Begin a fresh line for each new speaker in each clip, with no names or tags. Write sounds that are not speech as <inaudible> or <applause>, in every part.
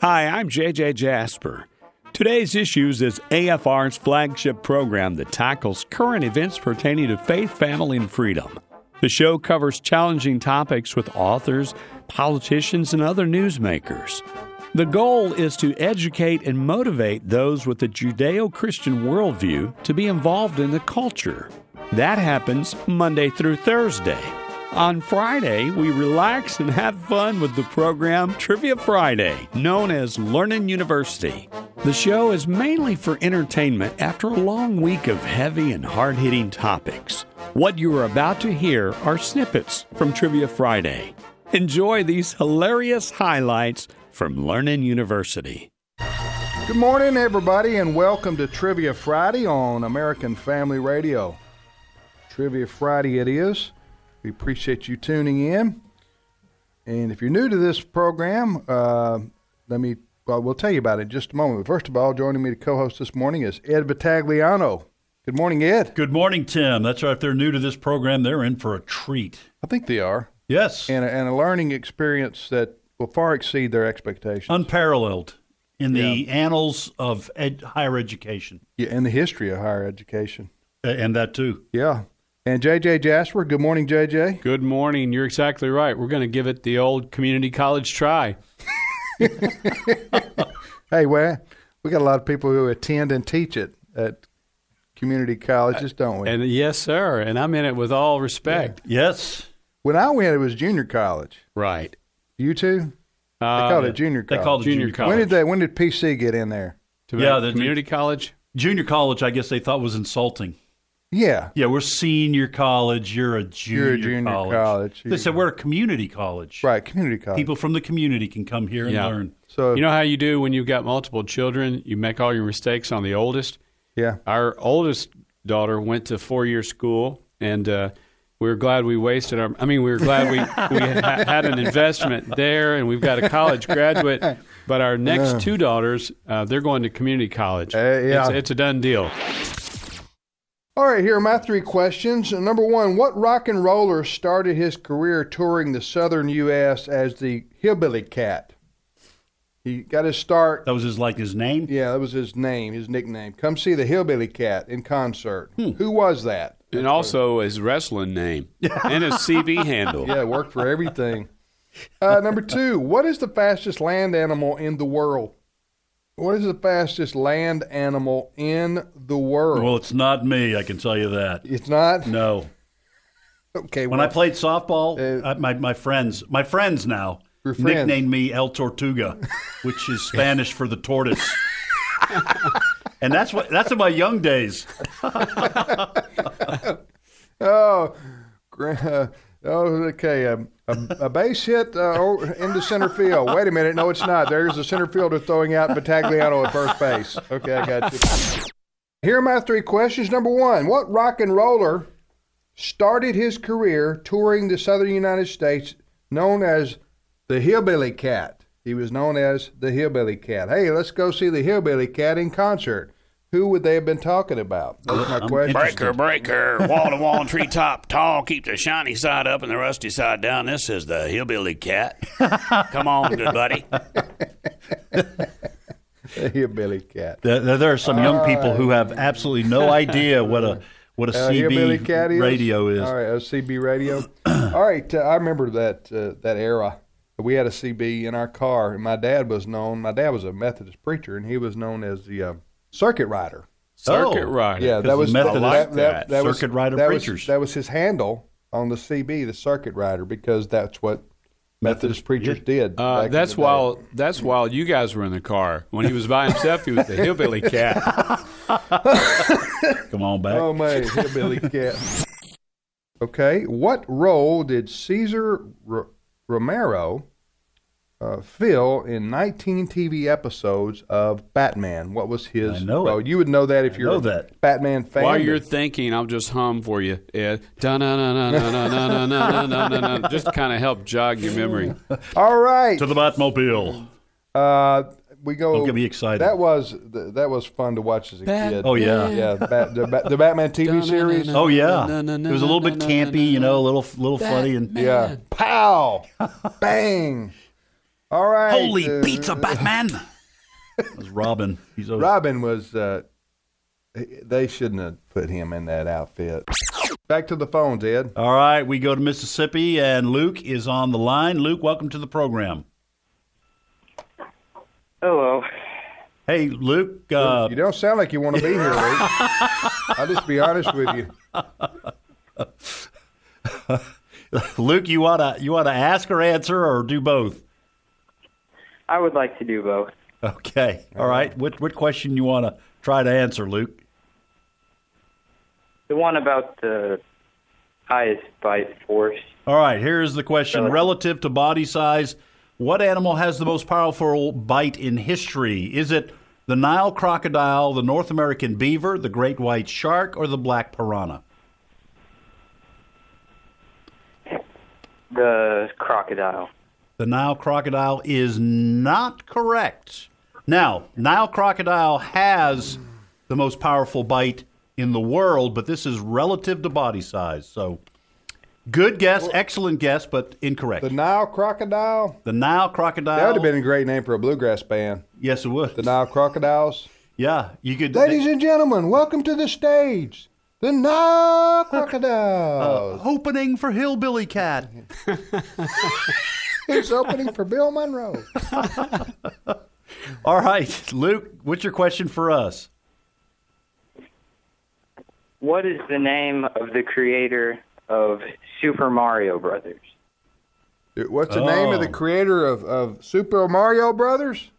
Hi, I'm JJ Jasper. Today's Issues is AFR's flagship program that tackles current events pertaining to faith, family, and freedom. The show covers challenging topics with authors, politicians, and other newsmakers. The goal is to educate and motivate those with a Judeo Christian worldview to be involved in the culture. That happens Monday through Thursday. On Friday, we relax and have fun with the program Trivia Friday, known as Learning University. The show is mainly for entertainment after a long week of heavy and hard hitting topics. What you are about to hear are snippets from Trivia Friday. Enjoy these hilarious highlights from Learning University.
Good morning, everybody, and welcome to Trivia Friday on American Family Radio. Trivia Friday it is. We appreciate you tuning in. And if you're new to this program, uh, let me, well, we'll tell you about it in just a moment. But first of all, joining me to co host this morning is Ed Vitagliano. Good morning, Ed.
Good morning, Tim. That's right. If they're new to this program, they're in for a treat.
I think they are.
Yes.
And a, and a learning experience that will far exceed their expectations.
Unparalleled in the annals of ed- higher education.
yeah, and the history of higher education.
A- And that too.
Yeah. And JJ Jasper, good morning, JJ.
Good morning. You're exactly right. We're going to give it the old community college try.
Hey, well, we got a lot of people who attend and teach it at community colleges, don't we?
And yes, sir. And I'm in it with all respect.
Yes.
when I went, it was junior college.
Right.
You two? They
Uh,
called it junior
They
college.
called it junior,
Junior
college.
when did they? When did PC get in there?
To
Yeah,
yeah,
the-
the community college.
Junior college, I guess they thought was insulting.
Yeah,
Yeah, we're senior college. You're a junior,
You're a junior college.
They said we're a community college.
right. Community college.
People from the community can come here and
Yeah.
learn.
so
You know how you do when you've got multiple children? You make all your mistakes on the oldest.
yeah,
Our oldest daughter went to four year school, and uh, we were glad we wasted our. I mean, we were glad we,
<laughs>
we ha- had an investment there, and we've got a college graduate. But our next two daughters, uh, they're going to community college.
Uh, yeah.
it's, it's a done deal.
All right, here are my three questions. Number one, what rock and roller started his career touring the southern U.S. as the Hillbilly Cat? He got his start.
That was his like his name.
Yeah, that was his name, his nickname. Come see the Hillbilly Cat in concert. Who was that?
And also his wrestling name and his CV handle.
Yeah, it worked for everything. Uh, number two, what is the fastest land animal in the world? What is the fastest land animal in the world?
Well, it's not me. I can tell you that.
it's not.
No.
Okay.
When
well,
I played softball,
Uh,
I, my, my friends, my friends now
Your friends.
nicknamed me El
<laughs>
Tortuga, which is Spanish for the tortoise. and that's what that's in my young days.
Oh, gra- <laughs> uh, oh, okay. Um, a, a base hit uh, o- into center field. Wait a minute. No, it's not. There's the center fielder throwing out Battagliano at first base. Okay, I got you. Here are my three questions. Number one What rock and roller started his career touring the southern United States known as the Hillbilly Cat? He was known as the Hillbilly Cat. Hey, let's go see the Hillbilly Cat in concert. Who would they have been talking about? That's my
I'm
question.
interested.
breaker, wall to wall, treetop, tall, keep the shiny side up and the rusty side down. This is the hillbilly cat. Come on, good buddy.
<laughs> The Hillbilly Cat.
There, there- there are some young people who have absolutely
<laughs>
no idea what a what a
Uh, hillbilly
CB
cat is?
radio is.
All right, uh, CB radio. <clears throat> All right, uh, I remember that uh, that era. We had a CB in our car, and my dad was known. My dad was a Methodist preacher, and he was known as the uh, circuit rider.
Circuit
Oh.
rider.
Yeah, that
the
was
Methodist- I like that.
was-
Circuit rider
that was-
preachers.
that was his handle on the CB, the circuit rider, because that's what Methodist preachers did. back
Uh,
in
that's
the day.
while that's while you guys were in the car. When he was by himself, he was the hillbilly cat.
Come on back.
Oh man, hillbilly cat. Okay, what role did Caesar R- Romero uh, fill in 19 TV episodes of Batman? What was his
I know
role?
it.
You would know that if you're
know
a
that.
Batman fan.
While you're thinking, I'll just hum for you, Ed. Dun, dun, dun, dun, dun, dun, dun, dun, dun, dun, dun, dun. Just to kind of help jog your memory.
All right,
To the Batmobile.
uh, we go.
Don't get me excited.
That was th- that was fun to watch as a kid.
Oh yeah.
yeah. Bat, the, Bat- the Batman TV series.
Oh yeah.
No, no, no,
it was a little
no,
bit
no, no,
campy, <laughs>
no,
you know, a little little funny and
Yeah, pow, bang. All right.
Holy
uh,
pizza,
<laughs>
Batman! that was Robin. He's always,
Robin was. Uh, he- they shouldn't have put him in that outfit. Back to the phones, Ed.
All right, we go to Mississippi, and Luke is on the line. Luke, welcome to the program.
Hello.
Hey, Luke. Uh, <laughs>
you don't sound like you want to be here, Luke.
<laughs>
I'll just be honest with you.
Luke, you oughta you oughta ask or answer or do both.
I would like to do both.
Okay. All right. What what question you wanna try to answer, Luke?
The one about the highest bite force.
All right. Here is the question: Relative to body size, what animal has the most powerful bite in history? Is it the Nile crocodile, the North American beaver, the great white shark, or the black piranha?
The crocodile.
The Nile crocodile is not correct. Now, Nile crocodile has the most powerful bite in the world, but this is relative to body size. So, good guess, excellent guess, but incorrect.
The
The,
Nile crocodile.
Nile crocodile.
That would have been a great name for a bluegrass band.
yes, it would.
The Nile crocodiles.
yeah, you could.
Ladies and gentlemen, welcome to the stage. The Nile
Oh.
crocodiles.
<laughs> opening for hillbilly
<laughs>
cat.
it's opening for
<laughs>
Bill Monroe.
All right, Luke, what's your question for us? <laughs>
What is the name of the creator of Super Mario Brothers?
What's the name of the
Oh.
creator of, of Super Mario Brothers?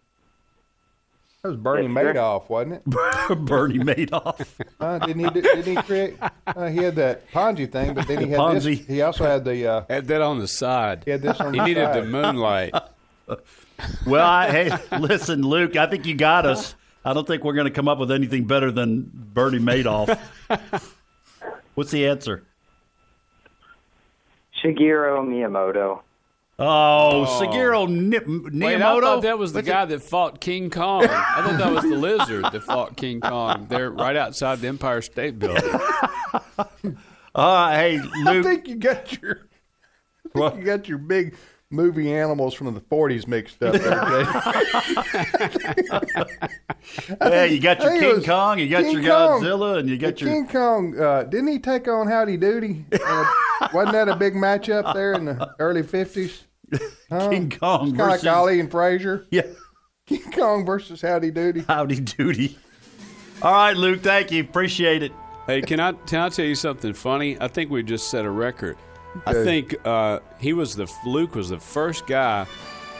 That was
Yes,
Bernie
sir.
Madoff, wasn't it?
Bernie Madoff.
Uh, didn't he? Didn't he create? Uh, he had that Ponzi thing, but then he had this.
Ponzi.
He also had the. Uh,
Had that on the side.
he had this on
He
the
needed the
side.
moonlight.
Well, I, hey, listen, Luke, I think you got us. I don't think we're going to come up with anything better than Bernie Madoff. What's the answer?
Shigeru Miyamoto.
Oh, Shigeru Ni-
Wait, I
Miyamoto.
thought that was the guy that fought King Kong. I thought that was the lizard that fought King Kong there right outside the Empire State Building.
Uh, hey,
I
Luke.
think you got your. I think you got your big movie animals from the '40s mixed up. There,
<laughs>
Jay.
Hey, you got
I
your
think it
King
was
Kong, you got
King
your
Kong.
Godzilla, and you got your.
King Kong. Uh, didn't he take on Howdy Doody? Uh, wasn't that a big matchup there in the early '50s?
King Kong
Kind of like
versus-
Ollie and Frazier. <laughs>
<laughs> Yeah,
King Kong versus Howdy Doody.
howdy doody. All right, Luke, thank you. Appreciate it.
Hey, can I, can I tell you something funny? I think we just set a record. I think uh, he was the Luke was the first guy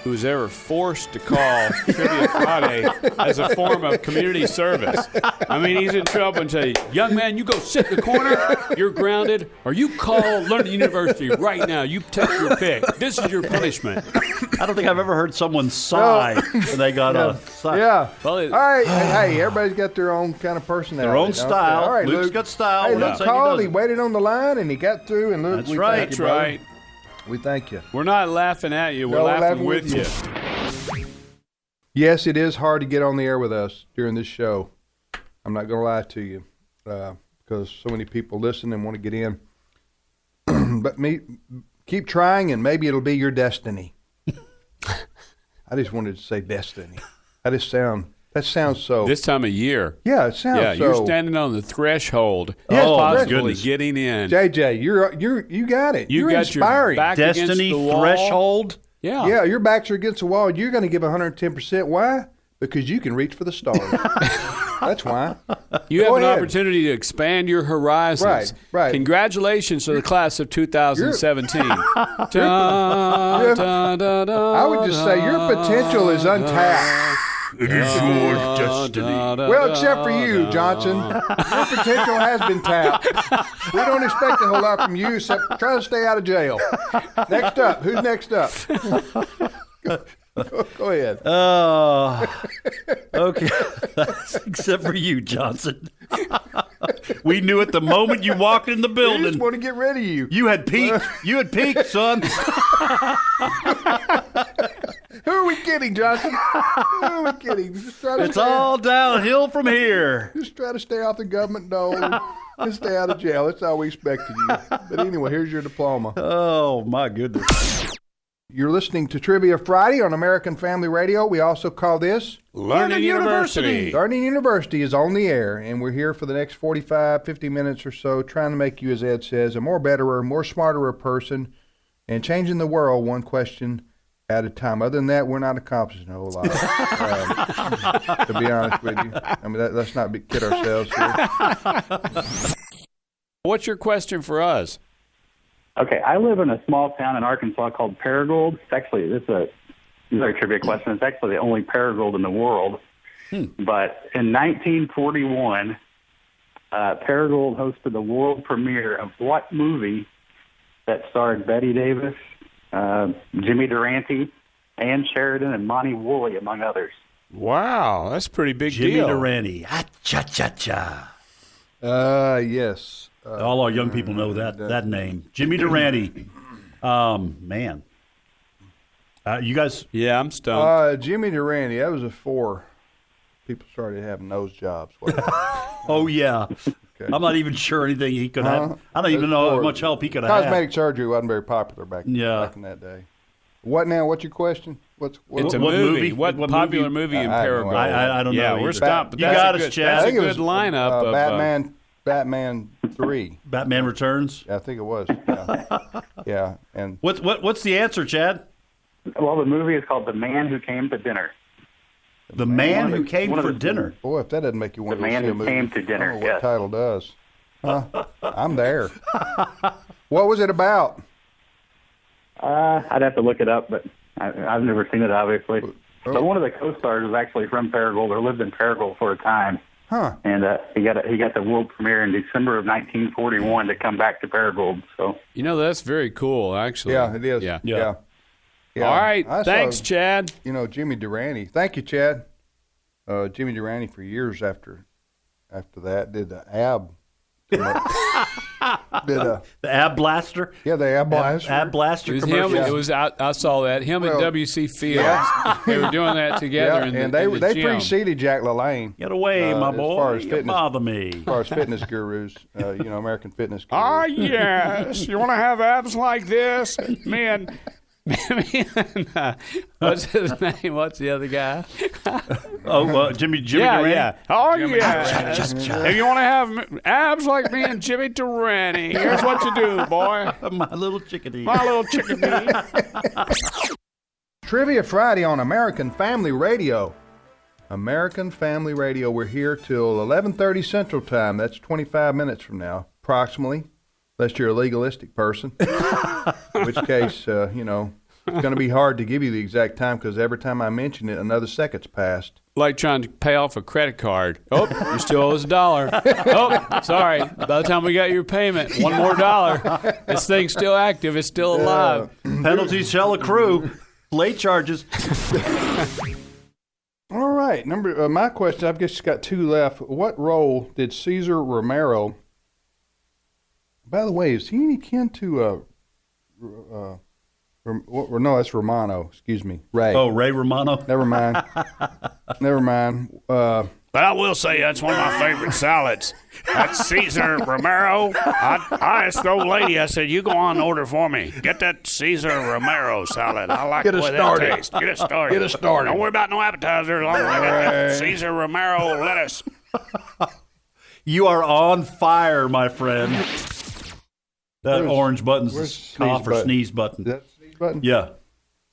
who was ever forced
<laughs>
to call Trivia Friday as a form of community service. I mean, he's in trouble and say, "Young man, you go sit in the corner. You're grounded, or you call London University right now. You take your pick. This is your punishment."
I don't think I've ever heard someone sigh when they got a
<laughs>
sigh.
Yeah.
Well, it-
all right. hey, hey, everybody's got their own kind of personality.
Their own
don't they?
style.
All right,
Luke's
Luke.
got style.
Hey,
We're not
Luke
saying he
called. He,
doesn't.
waited on the line and he got through. And Luke,
That's
we
right.
thank
That's
you, brother.
right.
We thank you.
We're not laughing at you. We're
No, we're
laughing,
laughing
with
with
you.
Yes, it is hard to get on the air with us during this show. I'm not going to lie to you uh, because so many people listen and want to get in. <clears throat> but me, keep trying, and maybe it'll be your destiny. <laughs> I just wanted to say destiny. I just sound that sounds so.
This time of year.
yeah, it sounds
Yeah,
so.
you're standing on the threshold
Yes,
of
my
possibly
goodness.
getting in.
JJ, you're you're you got it.
You
are
got your
inspiring.
back against
Destiny
the wall.
threshold.
Yeah.
Yeah, your backs are against the wall. and You're going to give 110. percent Why? Because you can reach for the stars. That's why.
You
Go
have an
ahead.
opportunity to expand your horizons.
Right, right.
Congratulations to the class
<laughs>
of 2017. <laughs> Da, da, da, da,
I would just say your
da,
potential is untapped.
It is your destiny.
da, da,
Well,
da.
except for you, Johnson. Your potential has been tapped. We don't expect a whole lot from you, except try to stay out of jail. Next up, who's next up? go, go ahead.
Uh, okay. <laughs> Except for you, Johnson. <laughs> we knew it the moment you walked in the
We just
building.
want to get rid of you.
You had peaked. You had peaked, son.
Who are we kidding, Johnson? Who are we kidding? Just try to
It's
stay-
all downhill from here.
Just try to stay off the government dole and stay out of jail. That's all we expect of you. But anyway, here's your diploma.
Oh my goodness.
You're listening to Trivia Friday on American Family Radio. We also call this
Learning University.
Learning University is on the air, and we're here for the next 45, 50 minutes or so trying to make you, as Ed says, a more betterer, more smarterer person and changing the world one question at a time. Other than that, we're not accomplishing a whole lot, um, to be honest with you. I mean, that, let's not be, kid ourselves here.
What's your question for us?
Okay, I live in a small town in Arkansas called Paragold. It's actually this is a this is a trivia question. It's actually the only Paragold in the world. But in 1941, uh, Paragold hosted the world premiere of what movie that starred Betty Davis, uh, Jimmy Durante, Ann Sheridan, and Monty Woolley, among others?
Wow, that's a pretty big
Jimmy
deal.
Durante. Ah, cha cha cha.
Uh, yes. Uh,
All our young people know that that name, Jimmy Durante. Um, man, uh, you guys,
Yeah, I'm stumped.
uh, Jimmy Durante, that was a four. People started having nose
<laughs>
jobs. wasn't it?
oh yeah. I'm not even sure anything he could
Uh-huh.
have. I don't even know how
Or-
much help he could have.
Cosmetic
had.
surgery wasn't very popular back,
Yeah.
back in that day. What now? What's your question? What's what,
it's a
what
movie.
movie?
What,
What
popular
movie?
movie, in
I- I don't
Paragon?
know.
I, I, I don't
yeah,
know.
we're
either.
stopped.
You
That's
got
a
us,
good,
Chad.
That's
I
a
think it
good
was,
lineup
uh,
of uh,
Batman. Batman three.
Batman Returns.
I think it
<laughs>
was. Yeah. yeah. And
What what what's the answer, Chad?
Well, the movie is called The Man Who Came to Dinner.
The man who came
one of
for
the-
dinner.
boy, if that doesn't make you want
The
to go
Man
see a
Who
movie,
Came to
I don't
Dinner,
know what
yes.
title does? Huh? I'm
<laughs>
there. what was it about?
Uh, I'd have to look it up, but I, I've never seen it, obviously.
Oh.
But one of the co-stars was actually from Paragold or lived in Paragold for a time,
Huh?
and uh, he got a, he got the world premiere in December of 1941 to come back to Paragold. So
You know, that's very cool, actually.
Yeah, it is.
Yeah.
Yeah. yeah.
All right.
I saw,
Thanks, Chad.
You know Jimmy Durante. Thank you, Chad. Uh, Jimmy Durante for years after after that did the
<laughs>
ab. did a,
The ab blaster.
yeah the ab
Ab,
blaster.
ab
It
blaster
was
commercial.
him. It was I, I saw that him
Well,
and W.C. Fields.
yeah.
they were doing that together.
yeah,
in the,
and they
in
were
the
they
gym.
preceded Jack
<laughs>
LaLanne.
Get away,
Uh,
my
as
boy.
far as
You
fitness-
bother me.
as far as fitness gurus, uh, you know, American fitness gurus.
Ah, yes. You want to have abs like this? Me and, <laughs> me and uh, <laughs> what's his name? What's the other guy?
Oh, uh, Jimmy Jimmy
yeah,
Durante.
yeah. Oh, yeah. if you want to have m- abs like me and Jimmy Durante, here's what you do, boy.
<laughs> My little chickadee.
My little chickadee.
Trivia Friday on American Family Radio. American Family Radio. We're here till 11:30 Central Time. That's 25 minutes from now, approximately, unless you're a legalistic person. In which case, uh, you know, it's going to be hard to give you the exact time because every time I mention it, another second's passed.
<laughs> like trying to pay off a credit card. Oh, you still owe us a dollar. Oh, sorry. By the time we got your payment, one more dollar. This thing's still active. It's still alive.
<laughs> Penalties shall accrue. Late charges.
All right, number uh, my question. I've just got two left. What role did Caesar Romero? By the way, is he any kin to uh, R- uh, Rom- what- no? That's Romano. Excuse me, Ray.
Oh, Ray Romano.
never
<laughs>
mind. never mind. Uh,
But I will say that's one of my favorite salads. That's Caesar Romero. I, I asked the old lady, I said, you go on and order for me. Get that Caesar Romero salad. I like
Get
the
us
way
started.
that tastes. Get it started.
Get us started.
Don't worry about no appetizer as long as I got that Caesar Romero lettuce.
You are on fire, my friend. That
Where's-
orange button's
where's
the
sneeze
cough or
button?
sneeze button.
is that the sneeze button?
yeah.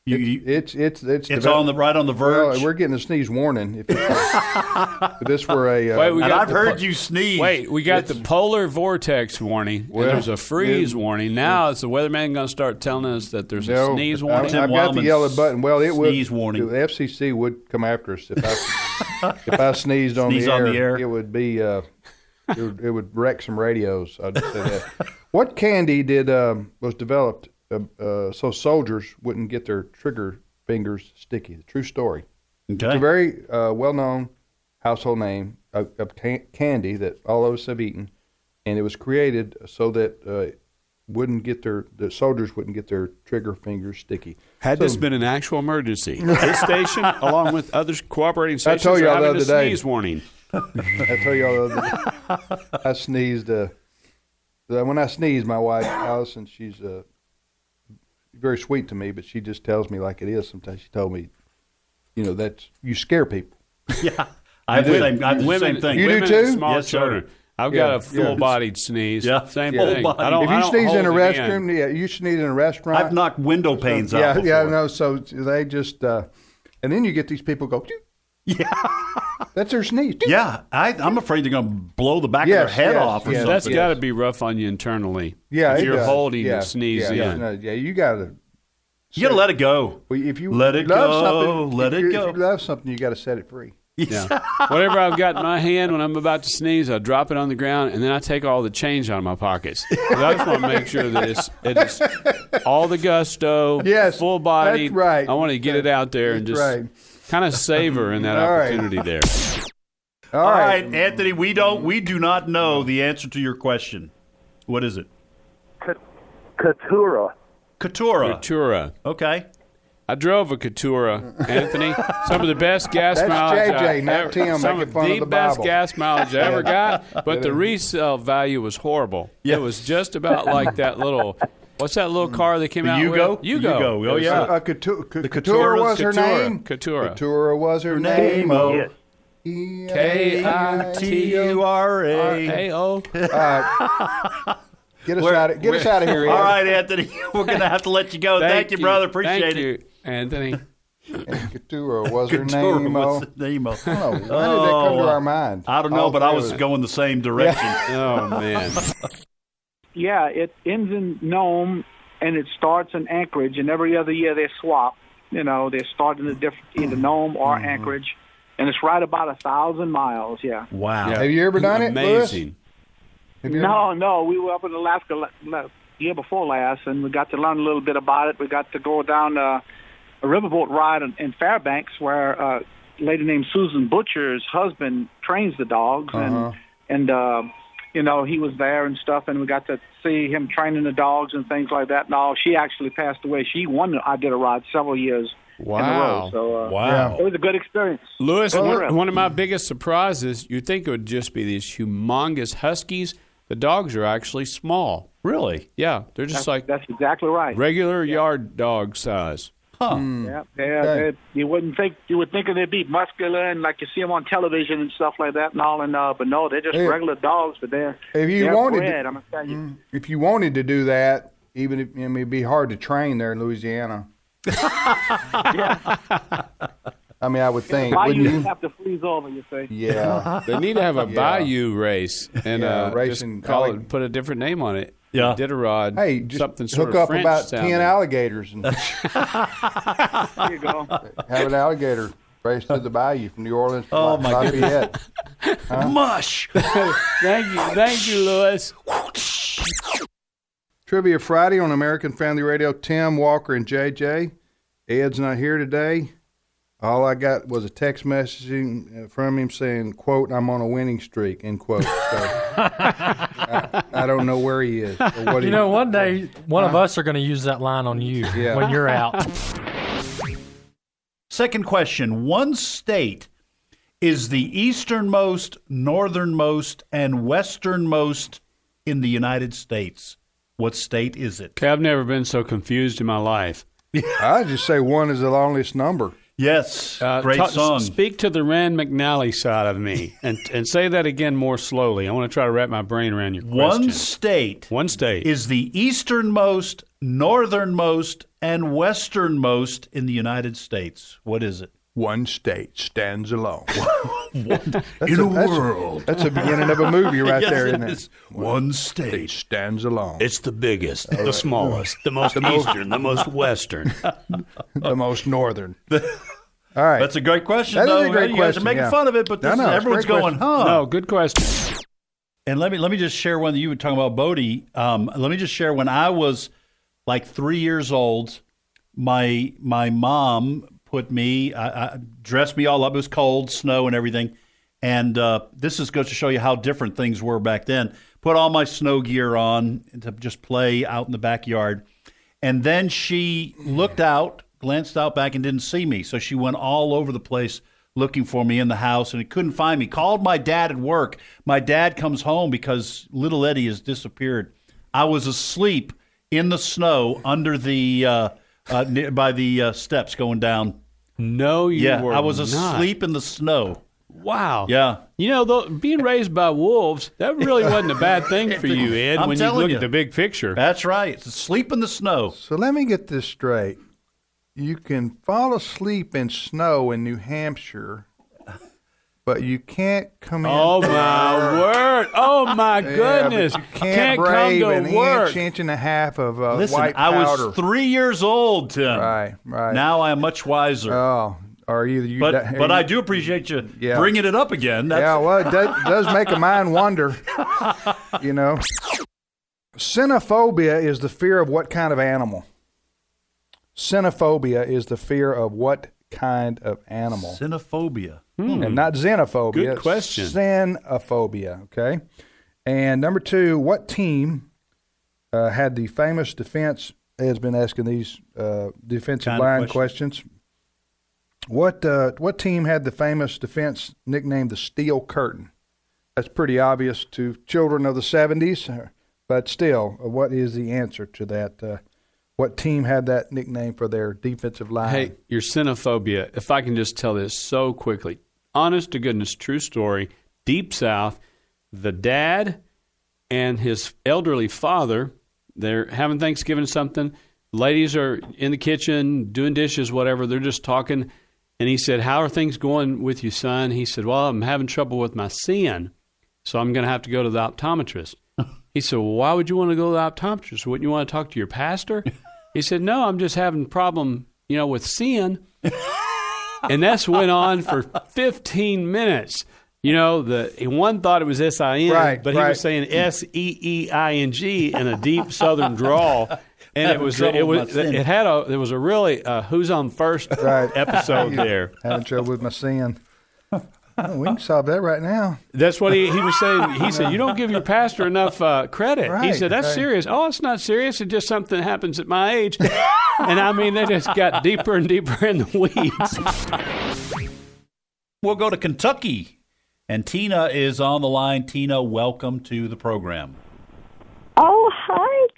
You, you,
It's it's it's
it's
devel-
on the right on the verge.
Well, we're getting a sneeze warning.
<laughs>
If, if this were a uh,
Wait, we
and
got
I've
the
heard
po-
you sneeze.
Wait, we got the polar vortex warning. and there's a freeze warning. Now it's the weatherman going to start telling us that there's a
No,
sneeze
I-
warning.
I've, got the
Wildman's
yellow button. Well, it would
sneeze warning.
The FCC would come after us if
<laughs>
I if I sneezed on,
Sneeze
the,
on
air,
the air.
It would be uh, it, would, it would wreck some radios. I'd say that. what candy did um, was developed uh, uh, so soldiers wouldn't get their trigger fingers sticky? The true story. It's
okay.
a very uh, well-known household name of, of can- candy that all of us have eaten, and it was created so that uh, wouldn't get their the soldiers wouldn't get their trigger fingers sticky.
Had this been an actual emergency, this station, along with other cooperating
I
stations,
told
are
y'all the
having a
other day.
sneeze warning.
I tell y'all, the other
<laughs>
day, I sneezed. Uh, uh, when I sneezed, my wife Allison, she's uh, she's very sweet to me, but she just tells me like it is. Sometimes she told me, you know, that's you scare people. <laughs>
Yeah. I have the same, I have the
women,
same thing.
You do
women and
too?
Small
Yes, sir.
children. I've
Yeah,
got
yeah.
a full-bodied sneeze.
Yeah.
Same
Yeah.
thing. I don't,
If you
Oh, I don't
sneeze in a
hold it in.
restroom, yeah, you sneeze in a restaurant.
I've knocked window panes
yeah,
out.
yeah,
before.
no. So they just, uh, and then you get these people go, yeah, that's their sneeze.
Yeah, I, I'm afraid they're going to blow the back of
Yes,
their head
yes,
off. Or
yes.
something.
That's
Yes.
got to be rough on you internally.
Yeah,
if
it
you're
does.
holding
yeah,
the sneeze
yeah,
in.
no, yeah, you gotta.
You got to let it go.
well, If you
Let it
love
go,
something,
let
if
it
you,
go.
If you love something, you gotta set it free.
Yeah. Whatever I've got in my hand when I'm about to sneeze, I drop it on the ground, and then I take all the change out of my pockets. 'Cause I just want to make sure that it's, it is all the gusto,
Yes,
full body.
that's right.
I want to get it out there and
That's
just
right.
kind of savor in that
<laughs> All right.
opportunity there.
All
All
right.
right, Anthony, we don't, we do not know the answer to your question. What is it?
Katura.
Katura.
Katura.
Okay.
I drove a Katura, Anthony. Some of the best gas
That's
mileage.
JJ,
I
not
ever,
Tim,
some
making fun of
the,
the
best
Bible.
gas mileage I ever got, but the resale value was horrible.
Yeah.
It was just about like that little. What's that little car that came
The
out
Yugo?
with?
The Yugo. Oh,
It was
yeah.
a-
Uh, Couture, C- Couture
Couture's-
was her
Couture,
name.
Couture.
Couture was her name.
Name-o.
Yes.
K-I-T-U-R-A. <laughs>
K-O.
Get us out of get us out of here.
<laughs> All
Ian.
right, Anthony, we're going to have to let you go. Thank, you, brother. Appreciate
Thank
it.
you, Anthony.
Couture was her
Katura
name.
was
Oh,
the name of-
why did that come to our mind?
I don't know,
All
but I
three
was
of us.
going the same direction.
<laughs>
Oh man.
Yeah, it ends in Nome and it starts in Anchorage, and every other year they swap. You know, they start in a different either Nome or Anchorage, and it's right about a thousand miles. Yeah.
Wow.
Have you ever done it, Lewis?
Amazing.
Have you
No, no, we were up in Alaska la- la- year before last, and we got to learn a little bit about it. We got to go down uh, a riverboat ride in, in Fairbanks, where uh, a lady named Susan Butcher's husband trains the dogs,
Uh-huh.
and and uh, you know he was there and stuff, and we got to see him training the dogs and things like that. And all, she actually passed away. She won. I did a ride several years in a
Wow.
row, so uh,
Wow.
it was a good experience.
Lewis,
Well,
one,
we're-
one of my biggest surprises, you'd think it would just be these humongous huskies. The dogs are actually small.
Really?
Yeah, they're just like
That's exactly right.
regular yard dog size.
<laughs> Yeah, yeah.
Okay.
they- You wouldn't think you would think they'd be muscular and like you see them on television and stuff like that and all and uh, but no, they're just
Hey.
regular dogs, but they're
If you
they're
wanted to- Mm-hmm.
bred, I'm gonna tell you.
If you wanted to do that, even if I mean, it'd be hard to train there in
<laughs>
Louisiana. I mean, I would think,
Why
wouldn't
you
you?
have to freeze over, you see?
<laughs> Yeah.
They need to have a bayou race and
Yeah,
uh,
race
just
and
call
allig-
it, put a different name on it.
Yeah.
Iditarod.
Hey, just
something sort
hook
of
up
French
about
sounding.
ten alligators
<laughs>
and
There you go.
have an alligator race to the bayou from New Orleans to
Oh,
La-
my
Lafayette.
Mush.
Thank you, thank you, Lewis.
Trivia Friday on American Family Radio. Tim Walker and JJ. Ed's not here today. All I got was a text message in- from him saying, "quote I'm on a winning streak." End quote. So, I, I don't know where he is. Or what
You
he,
know, one day one of us are going to use that line on you
Uh-huh. Yeah.
when you're out.
<laughs>
Second question One state is the easternmost, northernmost, and westernmost in the United States. What state is it?
Okay, I've never been so confused in my life.
I just say one is the loneliest number.
Yes.
Uh,
Great
ta-
song.
Speak to the Rand McNally side of me, and and say that again more slowly. I want to try to wrap my brain around your
One
question.
state
One state.
is the easternmost, northernmost, and westernmost in the United States. What is it?
One state stands <laughs> alone.
in a
that's-
world.
That's the beginning of a movie right
Yes,
there,
it
isn't it?
is. One
It
state.
stands alone.
<laughs>
It's the biggest, the smallest,
<laughs>
the most eastern, the most western.
the most northern. All right.
That's a great question,
That is
though.
a great
you guys are
question,
making
yeah.
fun of it, but
No,
this
no,
is,
it's a
everyone's
great question.
going, huh?
no, good question.
And let me let me just share one that you were talking about, Bodie. Um, let me just share when I was like three years old, my my mom put me, I, I, dressed me all up. It was cold, snow, and everything. And uh, this is goes to show you how different things were back then. Put all my snow gear on to just play out in the backyard. And then she looked out, glanced out back, and didn't see me. So she went all over the place looking for me in the house and couldn't find me. Called my dad at work. My dad comes home because little Eddie has disappeared. I was asleep in the snow under the uh, uh, near, by the uh, steps going down.
No, you
Yeah,
were
I was
not.
asleep in the snow.
Wow.
Yeah.
You know, though, being raised by wolves, that really wasn't a bad
<laughs>
thing for you, Ed,
I'm
when you
telling
look
you.
at the big picture.
That's right. Sleep in the snow.
So let me get this straight. You can fall asleep in snow in New Hampshire, but you can't come in.
Oh, my word. Oh, my
Yeah, but
goodness.
you can't,
come
brave an
to work.
inch, inch and a half of uh,
Listen,
white
I
powder.
was three years old, Tim.
Right, right.
Now I am much wiser.
Oh, are either you?
but
are
but
you-
I do appreciate you
Yeah.
bringing it up again. That's,
Yeah, well, it does, does make a mind
<laughs>
wonder, you know. Xenophobia is the fear of what kind of animal? Xenophobia is the fear of what kind of animal?
Xenophobia. Hmm.
And not xenophobia.
Hmm. Good question.
Xenophobia, okay? And number two, what team uh, had the famous defense? Ed's been asking these uh, defensive
Kind of
line questions. What uh, what team had the famous defense nickname the Steel Curtain? That's pretty obvious to children of the 70s, but still, uh, what is the answer to that? Uh, what team had that nickname for their defensive line?
Hey, your xenophobia, if I can just tell this so quickly. Honest to goodness, true story. Deep South, the dad and his elderly father, they're having Thanksgiving or something. Ladies are in the kitchen doing dishes, whatever. They're just talking. And he said, How are things going with you, son? He said, Well, I'm having trouble with my seeing, so I'm going to have to go to the optometrist. He said, well, why would you want to go to the optometrist? Wouldn't you want to talk to
<laughs>
your pastor? He said, no, I'm just having a problem, you know, with sin. and that's went on for 15 minutes. You know, the one thought it was S-I-N,
Right,
but he
right.
was saying E S-E-E-I-N-G in a deep southern drawl.
<laughs>
And it
Having
was
trouble
it
with
was
my sin.
it had a there was a really uh, who's on first
Right.
<laughs>
episode there.
Having trouble with my sin. Oh, we can solve that right now.
That's what he, he was
<laughs>
saying. He said, You don't give your pastor enough uh, credit. he
Right,
said, That's
right.
serious. Oh, it's not serious. It's just something that happens at my age. <laughs> and I mean, they just got deeper and deeper in the weeds.
<laughs>
We'll go to Kentucky, and Tina is on the line. Tina, welcome to the program.
Oh, hi,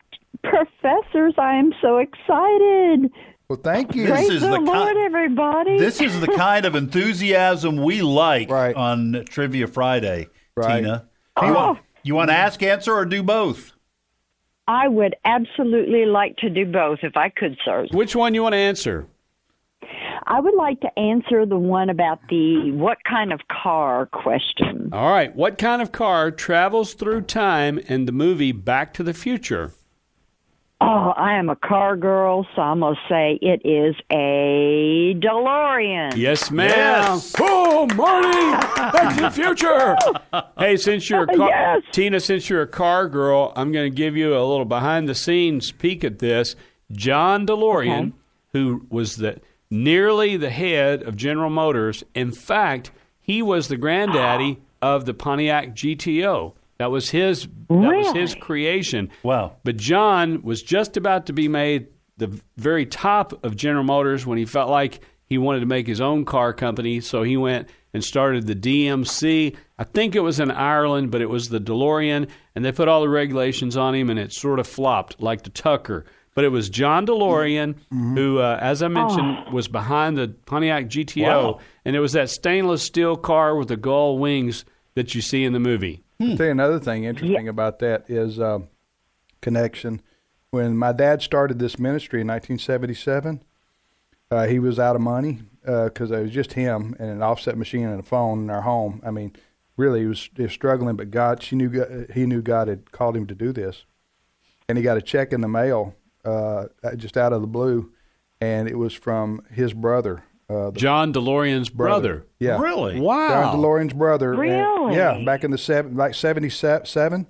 professors. I am so excited.
Well, thank you.
This
Praise
is
the,
the kind-
Lord, everybody.
This is the kind of enthusiasm we like
Right.
on Trivia Friday,
Right.
Tina. You want, you want to ask, answer, or do both?
I would absolutely like to do both if I could, sir.
Which one you want to answer?
I would like to answer the one about the what kind of car question.
All right. What kind of car travels through time in the movie Back to the Future?
Oh, I am a car girl, so I'm going to say it is a DeLorean.
Yes, ma'am.
Yes.
Oh, Marty! Back
<laughs>
to the Future. hey, since you're a car,
Yes.
Tina, since you're a car girl, I'm going to give you a little behind the scenes peek at this. John DeLorean,
Okay.
who was the nearly the head of General Motors, in fact, he was the
<gasps>
granddaddy of the Pontiac GTO. That was his. That was his
Really?
creation.
Wow.
But John was just about to be made the very top of General Motors when he felt like he wanted to make his own car company. So he went and started the DMC. I think it was in Ireland, but it was the DeLorean. And they put all the regulations on him, and it sort of flopped like the Tucker. But it was John DeLorean who, uh, as I mentioned, was behind the Pontiac GTO.
Wow.
And it was that stainless steel car with the gull wings that you see in the movie.
I'll tell you another thing interesting about that is um, connection. When my dad started this ministry in 1977, uh, he was out of money because it was just him and an offset machine and a phone in our home. I mean, really, he was, he was struggling, but God, she knew, Go- he knew God had called him to do this, and he got a check in the mail uh, just out of the blue, and it was from his brother. Uh, the
John DeLorean's brother.
Yeah.
Really?
Wow.
John DeLorean's brother. and-
Really?
yeah, back in the seven, like seventy-seven.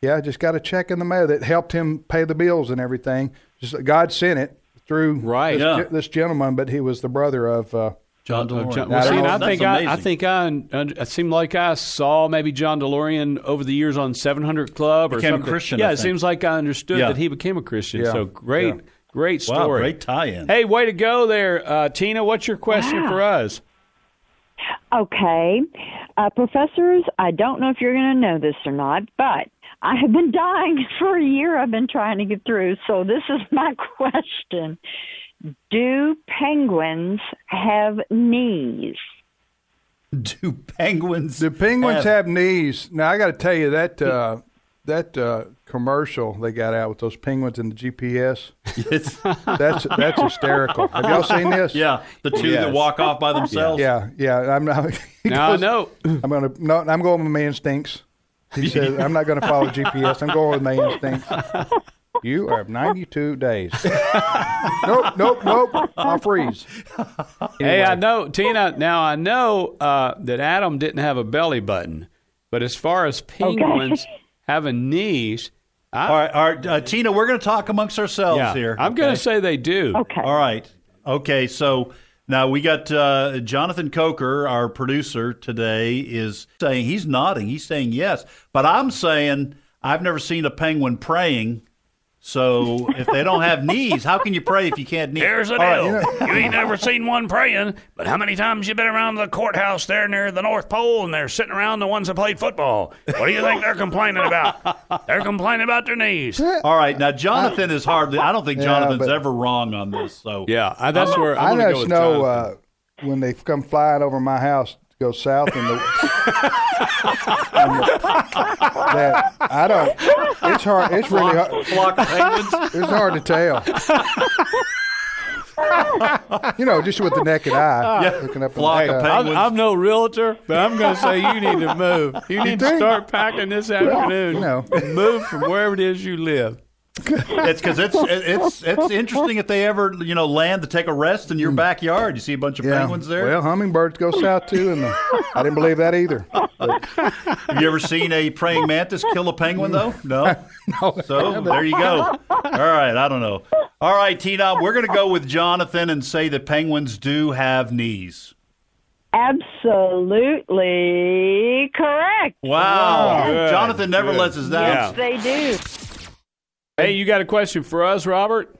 Yeah, just got a check in the mail that helped him pay the bills and everything. Just God sent it through
Right.
this,
Yeah.
this gentleman, but he was the brother of. Uh,
John
Oh,
DeLorean.
John- well, see, and I
That's
think I, I
amazing.
think I, un- it seemed like I saw maybe John DeLorean over the years on 700 Club or
Became a
something.
Christian,
Yeah,
I
it
think.
seems like I understood
Yeah.
that he became a Christian.
Yeah.
So great,
Yeah.
great
Wow,
story.
great tie-in.
Hey, way to go there, uh, Tina. What's your question for us?
Okay. Uh, professors, I don't know if you're going to know this or not, but I have been dying for a year. I've been trying to get through. So this is my question Do penguins have knees?
<laughs> Do penguins?
Do penguins
have-
have knees? Now I got to tell you that uh, that uh, commercial they got out with those penguins and the GPS.
Yes.
That's that's hysterical. Have y'all seen this?
<laughs> Yeah, the two that
Yes.
walk <laughs> off by themselves.
Yeah, yeah. I'm not. <laughs> he
No,
goes,
no.
I'm gonna. No, I'm going with my instincts.
<laughs>
He says, "I'm not going to follow GPS. I'm going with my instincts." You have 92
<laughs>
days. nope, nope, nope. I'll freeze.
Hey, I know, Tina. Now I know uh, that Adam didn't have a belly button, but as far as penguins having knees, I,
All right, all right, uh, Tina, we're going to talk amongst ourselves
yeah,
here.
I'm going to say they do.
Okay.
All right. Okay. So now we got uh, Jonathan Coker, our producer today, is saying he's nodding. He's saying yes. But I'm saying I've never seen a penguin praying. So if they don't have knees, how can you pray if you can't knee?
Here's the
All right.
deal. You ain't never seen one praying, but how many times you been around the courthouse there near the North Pole and they're sitting around the ones that played football? What do you think they're complaining about? They're complaining about their knees.
All right. Now Jonathan is hardly. I don't think Jonathan's
but-
ever wrong on this. So
Yeah, I, that's where
I
I'm going to go
just
with
know
Jonathan.
uh, when they come flying over my house to go south,
<laughs>
and, the, and the- that I don't. It's hard. It's really hard.
flock of
<laughs>
penguins.
It's hard to tell. you know, just with the naked eye,
Yeah.
looking up. in
Flock
the
of
sky.
penguins.
I'm, I'm no realtor, but I'm going to say you need to move. You need to
think?
start packing this afternoon.
you know.
Move from wherever it is you live.
It's because it's it's it's interesting if they ever you know land to take a rest in your backyard. You see a bunch of
Hmm. Yeah.
penguins there.
Well, hummingbirds go south too, and the, I didn't believe that either.
Have you ever seen a praying mantis kill a penguin, though?
<laughs>
No. no. So there you go. All right. I don't know. All right, Tina, we're going to go with Jonathan and say that penguins do have knees.
Absolutely correct.
Wow.
Good,
Jonathan never
good.
lets us down.
Yeah.
They do.
Hey, you got a question for us, Robert?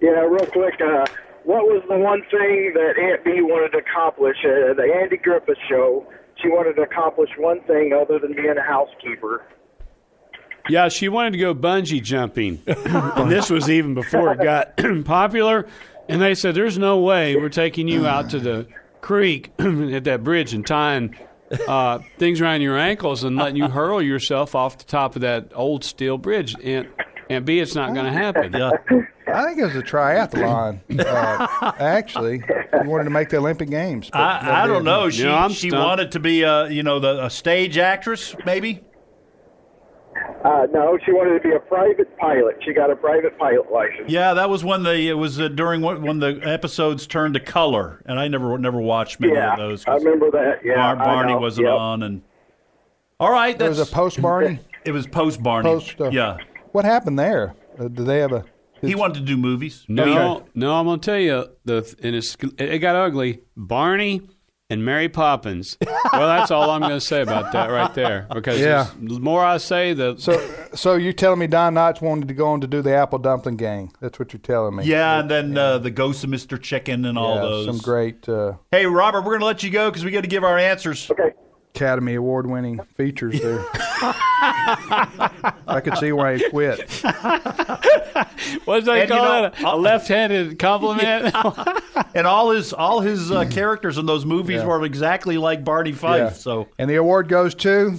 Yeah, real quick. Uh, what was the one thing that Aunt B wanted to accomplish? Uh, the Andy Griffith Show. She wanted to accomplish one thing other than being a housekeeper.
Yeah, she wanted to go bungee jumping. and this was even before it got <clears throat> popular. And they said, There's no way we're taking you out to the creek <clears throat> at that bridge and tying uh, things around your ankles and letting you hurl yourself off the top of that old steel bridge. And, and B, it's not going to happen.
I think it was a triathlon. Uh, actually, we wanted to make the Olympic Games. but
I, I
nobody-
don't know. She,
Yeah, I'm
she
stumped.
wanted to be, a, you know, the, a stage actress, maybe?
Uh, no, she wanted to be a private pilot. She got a private pilot license.
Yeah, that was when the it was uh, during when when the episodes turned to color, and I never never watched many
Yeah,
of those.
I
'cause
remember that. Yeah,
Bar-
I
Barney
know.
wasn't
Yep.
on, and all right,
There
that's
was a post Barney.
it was post Barney.
Post, uh,
yeah,
What happened there? Uh, do they have a?
He wanted to do movies.
No, no, I'm gonna tell you the and it's it got ugly. Barney and Mary Poppins. Well, that's all I'm gonna say about that right there. Because
Yeah.
it's- the more I say, the
So, so you telling me Don Knotts wanted to go on to do the Apple Dumpling Gang? That's what you're telling me.
Yeah, and then Uh, the Ghost of Mr. Chicken and all
Yeah,
those.
some great uh,
Hey, Robert, we're gonna let you go because we got to give our answers.
Academy Award winning features
<laughs>
there. I could see why he quit.
what do they
And you
call
know-
that? A, left-handed compliment.
And all his all
<clears throat>
his uh, characters in those movies were exactly like Barney Fife.
Yeah.
So
And the award goes
<laughs>
to
Don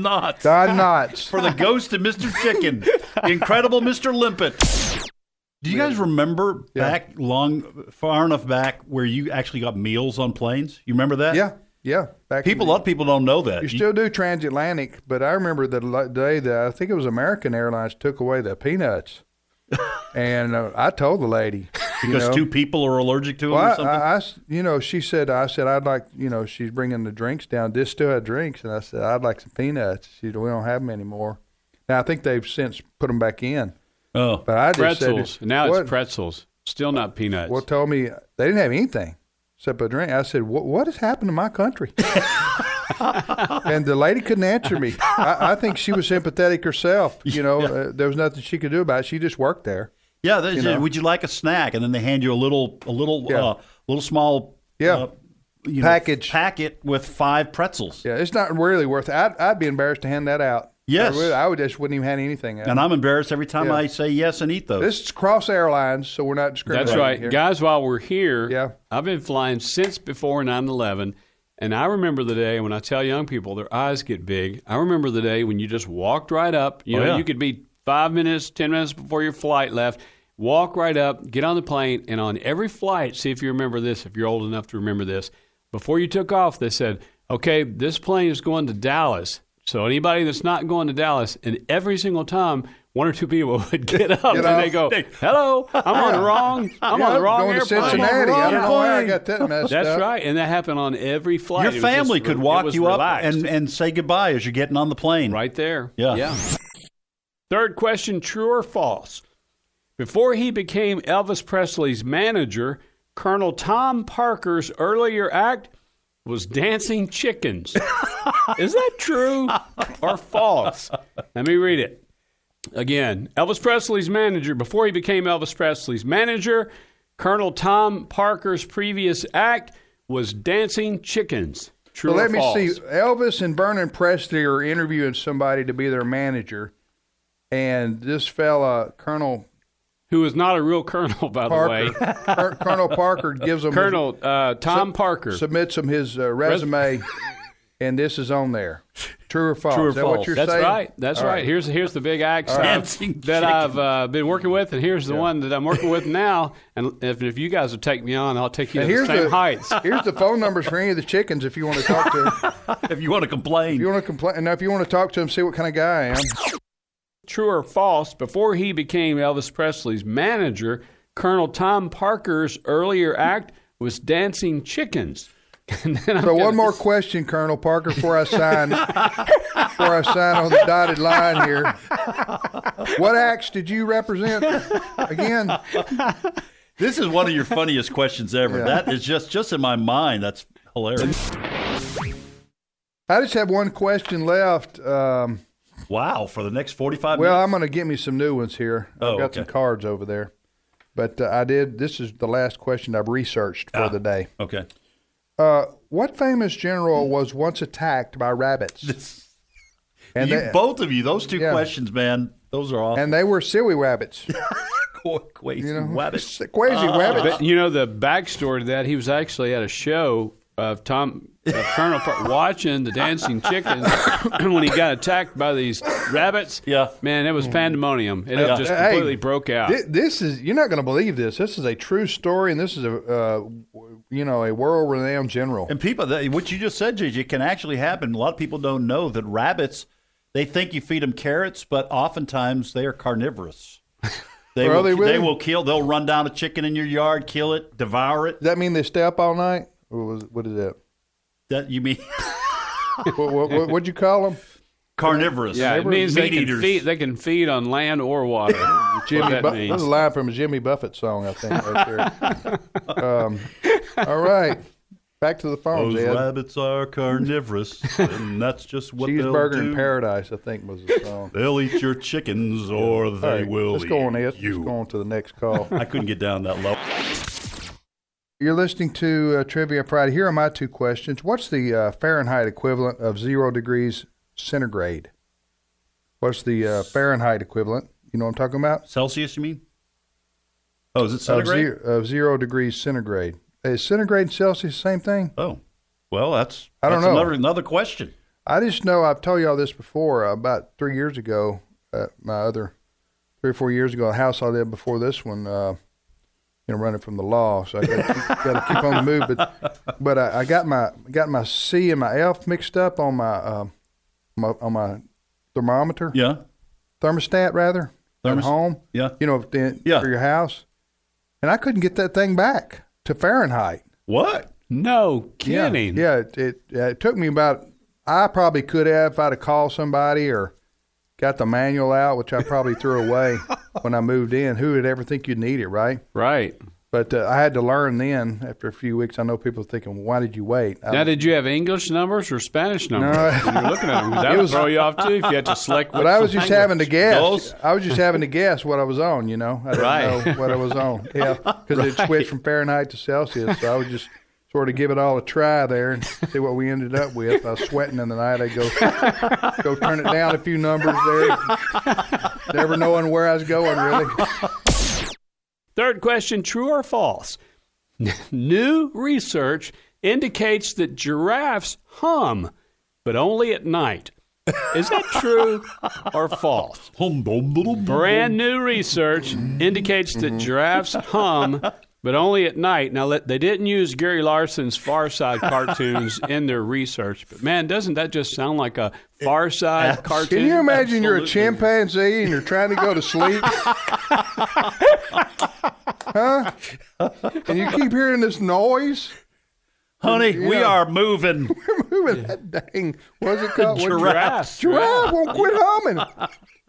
Knotts
Don Knotts.
for the Ghost of Mr. Chicken, the Incredible Mr. Limpet. Do you guys remember
Yeah.
back long, far enough back where you actually got meals on planes? You remember that?
Yeah, yeah. Back in
People, a
the-
lot of people don't know that.
You still do transatlantic, but I remember the li- day that I think it was American Airlines took away the
<laughs>
peanuts, and uh, I told the lady you
because
know,
two people are allergic to them
Well,
or
I,
something.
I- I s- you know, she said, I said, I'd like, you know, she's bringing the drinks down. This still had drinks, and I said, I'd like some peanuts. She said, we don't have them anymore. Now I think they've since put them back in,
oh,
but I just
pretzels.
said,
Now
what,
it's pretzels. Still not peanuts.
Well, told me they didn't have anything except a drink. I said, "What, what has happened to my
<laughs>
country?" and the lady couldn't answer me. I, I think she was sympathetic herself. You know, uh, there was nothing she could do about it. She just worked there.
yeah. They,
know.
Would you like a snack? And then they hand you a little, a little,
Yeah.
uh, little small
Yeah.
you know,
package
packet with five pretzels.
Yeah, it's not really worth. I'd, I'd be embarrassed to hand that out.
Yes.
I would, I would just wouldn't even hand anything out.
And I'm embarrassed every time
Yeah.
I say yes and eat those.
This is Cross Airlines, so we're not discriminating.
That's right.
here.
Guys, while we're here, yeah. I've been flying since before 9 11. And I remember the day when I tell young people their eyes get big. I remember the day when you just walked right up. You
Oh,
know,
yeah.
you could be five minutes, 10 minutes before your flight left. Walk right up, get on the plane, and on every flight, see if you remember this, if you're old enough to remember this. Before you took off, they said, okay, this plane is going to Dallas. So anybody that's not going to Dallas, and every single time, one or two people <laughs> would get up and
off.
they go, hello, I'm on the wrong, I'm on
Yeah,
the wrong
going to
airplane.
Cincinnati. I don't know where I got that messed
That's
up.
right, and that happened on every flight.
Your
It was
family
just-
could
it
walk
was
you
relaxed.
up and, and say goodbye as you're getting on the plane. <laughs>
Right there.
Yeah.
Yeah. Third question: True or false? Before he became Elvis Presley's manager, Colonel Tom Parker's earlier act was
<laughs>
dancing chickens. Is that true or false? Let me read it. Again, Elvis Presley's manager, before he became Elvis Presley's manager, Colonel Tom Parker's previous act was dancing chickens. True
So
or
let me
false?
see. Elvis and Vernon Presley are interviewing somebody to be their manager, and this fella Colonel
Who is not a real colonel, by
Parker,
the way.
Col- <laughs> Colonel Parker gives him
Colonel uh, Tom Parker.
submits him his uh, resume, and this is on there. True or false?
True or
is that
false?
What you're
That's
saying?
right. That's
All
right. Here's here's the big axe
All right.
that I've- that I've uh, been working with, and here's the one that I'm working with now. And if, if you guys will take me on, I'll take you
And
to the
here's
same
the
heights.
<laughs> here's the phone numbers for any of the chickens if you want to talk to.
if you want to complain,
if you want to complain, now if you want to talk to them, see what kind of guy I am.
True or false? Before he became Elvis Presley's manager, Colonel Tom Parker's earlier act was dancing chickens. <laughs> And then I'm
So
gonna-
one more question, Colonel Parker, before I sign before I sign on the dotted line here. What acts did you represent again?
This is one of your funniest questions ever.
Yeah.
That is just just in my mind. That's hilarious.
I just have one question left. Um,
Wow, for the next 45
well,
minutes.
I'm going to get me some new ones here. I've
Oh,
got
okay.
some cards over there, but uh, I did. This is the last question I've researched
Ah.
for the day.
Okay.
Uh, what famous general was once attacked by
<laughs>
rabbits?
you
they-
both of you, those two
Yeah.
questions, man, those are <laughs> awesome.
and they were silly rabbits.
Crazy
you know,
<laughs> rabbits.
Crazy
Uh,
rabbits.
But Uh, you know the backstory to that. He was actually at a show of Tom of Colonel Park watching the dancing chickens <coughs> when he got attacked by these rabbits.
Yeah,
man, it was pandemonium. It
Yeah.
just
Mm-hmm. Hey,
completely broke out.
Thi- This is you're not going to believe this. This is a true story, and this is a uh, w- you know a world renowned general.
And people, that, what you just said, JJ, can actually happen. A lot of people don't know that rabbits, they think you feed them carrots, but oftentimes they are
<laughs>
carnivorous. They,
Are
will,
they really?
they will kill, they'll run down a chicken in your yard, kill it, devour it.
Does that mean they stay up all night? Or was, what is that?
That You mean <laughs>
what, what,
<laughs>
what, what'd you call them?
carnivorous.
yeah, it means they
meat
can
eaters.
feed. They can feed on land or
<laughs>
water. That's what
Jimmy.
that
Bu-
means.
This is a line from a Jimmy Buffett song, I think. Right there. um, all right, back to the phone,
Those
Ed.
rabbits are carnivorous,
<laughs>
and that's just what
Cheeseburger
they'll do.
in Paradise, I think, was the song.
They'll eat your chickens, or
All
they
right,
will.
Let's go on,
eat
Ed.
you.
Let's go on to the next call.
I couldn't get down that low.
You're listening to uh, Trivia Friday. Here are my two questions. What's the uh, Fahrenheit equivalent of zero degrees centigrade? What's the uh, Fahrenheit equivalent? You know what I'm talking about?
Celsius, you mean? Oh, is it
Of
centigrade?
zero, of zero degrees centigrade. Is centigrade and Celsius the same thing?
Oh, well, that's
I don't
that's
know.
Another, another question.
I just know I've told y'all this before. uh, about three years ago, uh, my other three or four years ago, a house I lived before this one. Uh, you know, running from the law, so I got to keep on the move. But but I, I got my got my C and my F mixed up on my uh, my on my thermometer,
Yeah,
thermostat rather
Thermos-
at home.
yeah.
you know, the,
Yeah.
for your house, and I couldn't get that thing back to Fahrenheit.
What?
No
Yeah,
kidding.
Yeah, it, it, uh, it took me about. I probably could have if I'd have called somebody or got the manual out, which I probably threw away when I moved in. Who would ever think you'd need it, right?
Right
But uh, I had to learn then. After a few weeks, I know people thinking, "Why did you wait?" I-
now, did you have English numbers or Spanish numbers?
No.
You're looking at them. 'cause
It
That would
was-
throw you off too if you had to select.
but
which
I was just
language.
having to guess.
Those-
I was just having to guess what I was on. You know, I didn't
Right. <laughs>
know what I was on. Yeah, because it switched from Fahrenheit to Celsius. So I was just sort of give it all a try there and see what we ended up with. I was sweating in the night. I go go turn it down a few numbers there. Never knowing where I was going really.
Third question true or false? <laughs> New research indicates that giraffes hum, but only at night. Is that true or false? Brand new research indicates that giraffes hum, but only at night. Now, let- they didn't use Gary Larson's Far Side cartoons in their research, but man, doesn't that just sound like a Far Side cartoon?
Can you imagine you're a
Absolutely.
chimpanzee and you're trying to go to sleep? huh? And you keep hearing this noise?
Honey,
You
we
know.
are
<laughs>
moving.
Moving that dang, what's it called? What-
Giraffe.
Giraffe won't quit humming.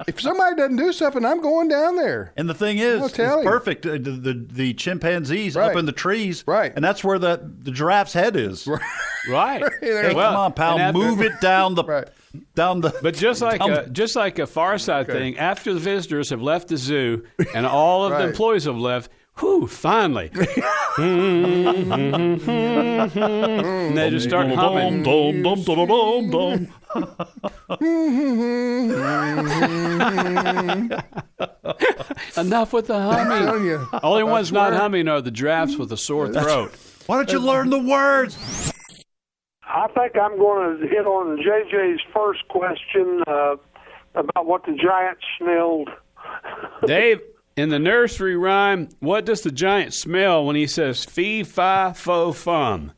If somebody doesn't do something, I'm going down there.
And the thing is,
I'll
it's
tell you.
perfect. Uh, The, the, the chimpanzees up
Right.
in the trees, right? And that's where the, the giraffe's head
<laughs>
is. Right.
Right.
Hey, come on, pal,
and after-
move it down the down the.
But
<laughs>
just like
down
a,
the-
just like a Far Side
Okay.
thing, after the visitors have left the zoo and all of the
Right.
employees have left,
<laughs>
whew, finally. and they just start humming. Enough with the
telling
humming.
you.
Only ones not
swear.
humming are the giraffes with a sore throat.
Why don't
Uh,
you learn the words?
I think I'm going to hit on JJ's first question uh, about what the giant smelled.
Dave, in the nursery rhyme, what does the giant smell when he says fee fi fo fum?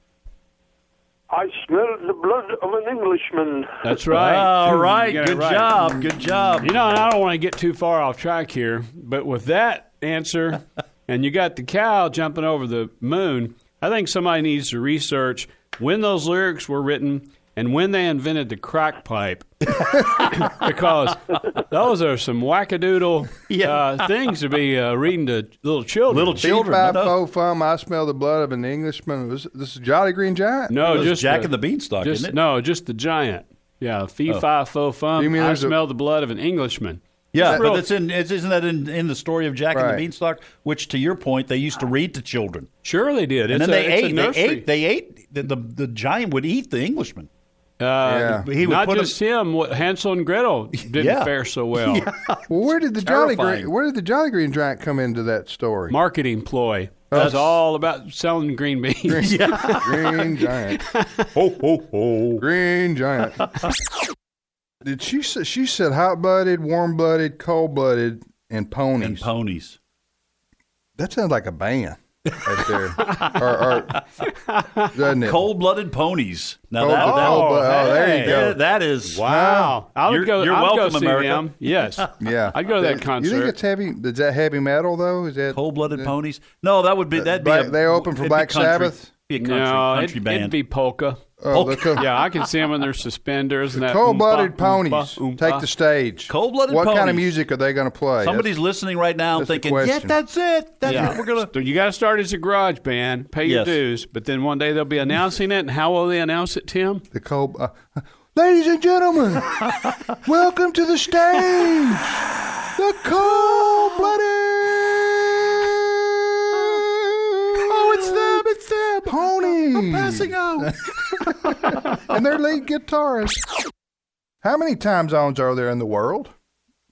I smelled the blood of an Englishman.
That's right.
All right.
You got it
Good job. Good job.
You know, and I don't want to get too far off track here, but with that
<laughs>
answer, and you got the cow jumping over the moon, I think somebody needs to research when those lyrics were written and when they invented the
<laughs>
crack pipe, because those are some wackadoodle uh, things to be uh, reading to little children.
Five, four, fum, I smell the blood of an Englishman. This, this is Jolly Green Giant.
No, just just,
isn't it?
No, just the giant. Yeah, fee
Oh.
fi fo fum.
You mean
I
there's a-
smell the blood of an Englishman.
Yeah,
Real-
but it's in. It's, isn't that in, in the story of Jack and
Right.
the Beanstalk? Which, to your point, they used to read to children.
Sure, they did.
And
It's
then
a-
they
it's a
ate. They
nursery.
ate. They ate. The, the the giant would eat the Englishman.
Uh,
Yeah. He would
not
put
just him. What Hansel and Gretel didn't
Yeah.
fare
<laughs>
so well.
Yeah. Well, where did the Jolly
Terrifying.
Green Where did the Jolly Green Giant come into that story?
Marketing ploy.
<laughs>
That's-
That's all about selling green beans. <laughs>
Green Giant. ho ho ho. Green Giant. Did she say, she said hot blooded, warm blooded, cold blooded, and ponies. And
ponies.
That sounds like a band right there. or, or, doesn't it?
Cold blooded ponies. Now
Cold
that,
blood-
that-
cold blood- oh, there you go.
That is
Wow. I would
You're,
go-
you're
I would go
welcome,
see
America.
them.
<laughs>
Yes.
Yeah.
I'd go to that
You
concert.
think it's heavy? Is that heavy metal though? Is that
cold blooded ponies? No, that would be that'd be
Black-
a,
they open for
it'd be
Black
country-
Sabbath?
Be a country,
no,
country
it'd,
band.
it'd
<laughs>
be polka.
Oh, the co-
yeah, I can see them in their suspenders. and that
Cold-blooded
oompa, oompa,
ponies
oompa.
take the stage.
Cold-blooded
What kind of
ponies.
music are they going to play?
Somebody's listening right now
that's
and
the
thinking, yeah,
question.
that's it. That's
Yeah.
what
<laughs>
we're gonna.
So you got to start as a garage band, pay your
Yes.
dues, but then one day they'll be announcing it. And how will they announce it, Tim?
The cold. Uh, <laughs> Ladies and gentlemen, welcome to the stage, the cold blooded. Oh, it's them! It's them! Pony. I'm passing
out.
and their lead guitarist. How many time zones are there in the world?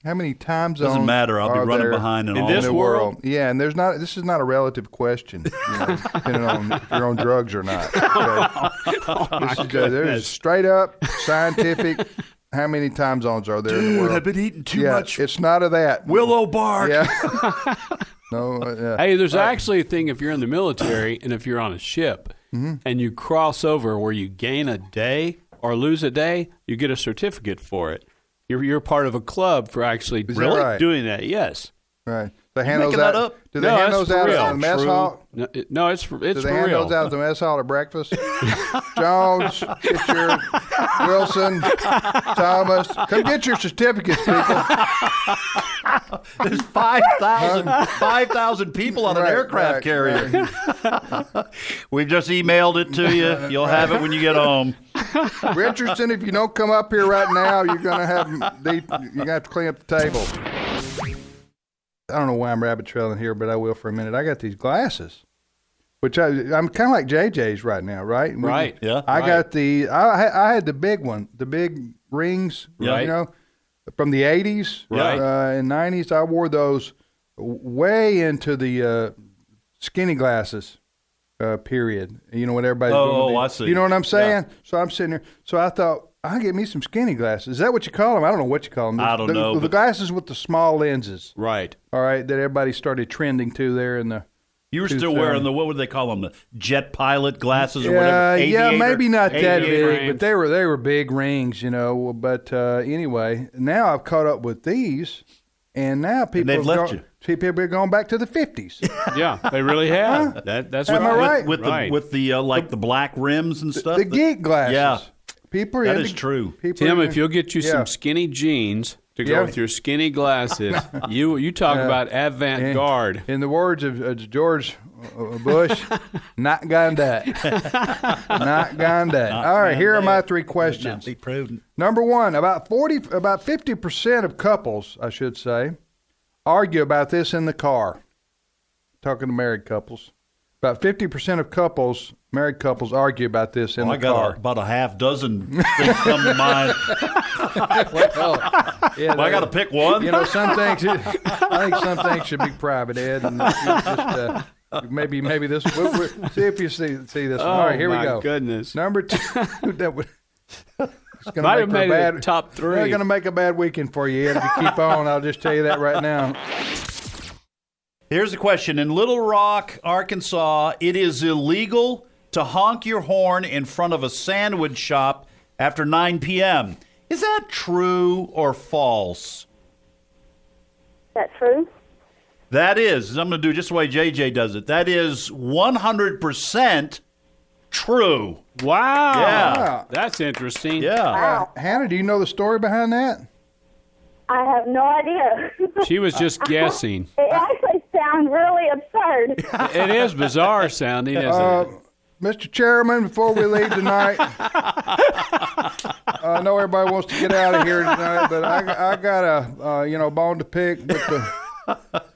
How many time zones?
Doesn't matter, I'll be
are
running
there
behind in In all this
the
world?
Yeah, and there's not. This is not a relative question, you
<laughs>
know, depending on if you're on drugs or not. okay?
<laughs> Oh
this is just, there's straight up scientific. How many time zones are there in the
Dude,
world?
I've been eating too
yeah,
much
It's not of that.
Willow bark. <laughs>
Yeah. no. uh, yeah.
Hey, there's
All right.
actually a thing if you're in the military and if you're on a ship
Mm-hmm.
and you cross over where you gain a day or lose a day, you get a certificate for it. You're, you're part of a club for actually
that
really
right?
doing that. Yes.
Right. They hand those out. Do they
no,
hand
that's
those out
for real.
at the mess hall?
No, it- no, it's for, it's
Do they
for
hand
real.
those out at the mess hall at
<laughs>
breakfast? Jones, get your Wilson, Thomas, come get your certificates, people.
There's
<laughs>
5,000 5,000 people <laughs> on an
Right,
aircraft
right,
carrier. We've just emailed it
<laughs>
to you. You'll have it when you get home.
Richardson, if you don't come up here right now, you're gonna have they, you're gonna have to clean up the table. I don't know why I'm rabbit trailing here, but I will for a minute. I got these glasses. Which I, I'm kind of like JJ's right now, right? We-
Right, yeah,
I
right.
got the I ha- I had the big one, the big rings,
Right.
you know, from the 80s
Right.
uh, and 90s. I wore those w- way into the uh, skinny glasses uh, period. You know what everybody's
Oh,
doing with
oh,
the-
I see.
You know what I'm
Yeah.
saying? So I'm sitting here. So I thought I will get me some skinny glasses. Is that what you call them? I don't know what you call them.
I don't
The-
know,
The,
but-
glasses with the small lenses.
Right.
All right, that everybody started trending to there in the.
You were
Two
still
thou-
wearing the what would they call them? The jet pilot glasses or
Yeah,
whatever.
yeah,
Aviator-
maybe not that big,
aviator
but
frames.
they were they were big rings, you know. But uh, anyway, now I've caught up with these, and now people
they've
have
left
gone, People are going back to the
<laughs>
fifties.
<laughs> yeah, they really have. That, that's
Am
what
I right?
With the with the uh, like the, black rims and stuff.
the geek glasses.
Yeah,
People are
that
into-
is true.
people
Tim,
are-
if you'll get you
Yeah.
some skinny jeans to go
Yeah.
with your skinny
<laughs>
glasses, you you talk
Yeah.
about avant garde.
In the words of uh, George uh,
<laughs>
Bush, not gone that. not gone that.
Not
All right,
gone
here are
that.
my three questions.
Be prudent.
Number one, about forty, about fifty percent of couples, I should say, argue about this in the car. Talking to married couples, about fifty percent of couples, married couples, argue about this in
Well, I
the
got
car.
a- <laughs> about a
<laughs>
half dozen things come to mind.
Yeah,
Well, I
they-
gotta pick one?
You know, some things. <laughs> I think some things should be private, Ed, and it's just, uh, maybe maybe this. We'll, we'll- see if you see see this. one. All right, here
oh,
we
my
go.
Goodness.
Number
<laughs>
two. that would. It's gonna make for a
Might have made it
bad,
top
They're
three.
going to make a bad weekend for you, Ed. If you keep on, I'll just tell you that right now.
Here's the question: In Little Rock, Arkansas, it is illegal to honk your horn in front of a sandwich shop after 9 p.m. Is that true or false?
that true?
That is, I'm going to do just the way JJ does it. That is 100% true.
Wow.
Yeah.
That's interesting.
Yeah.
Hannah, do you know the story behind that?
I have no idea.
She was
<laughs>
just guessing.
it actually sounds really absurd.
It is bizarre sounding, isn't
Uh,
it?
Mr. Chairman, before we leave tonight, I know everybody wants to get out of here tonight, but I, I got a uh, you know bone to pick with the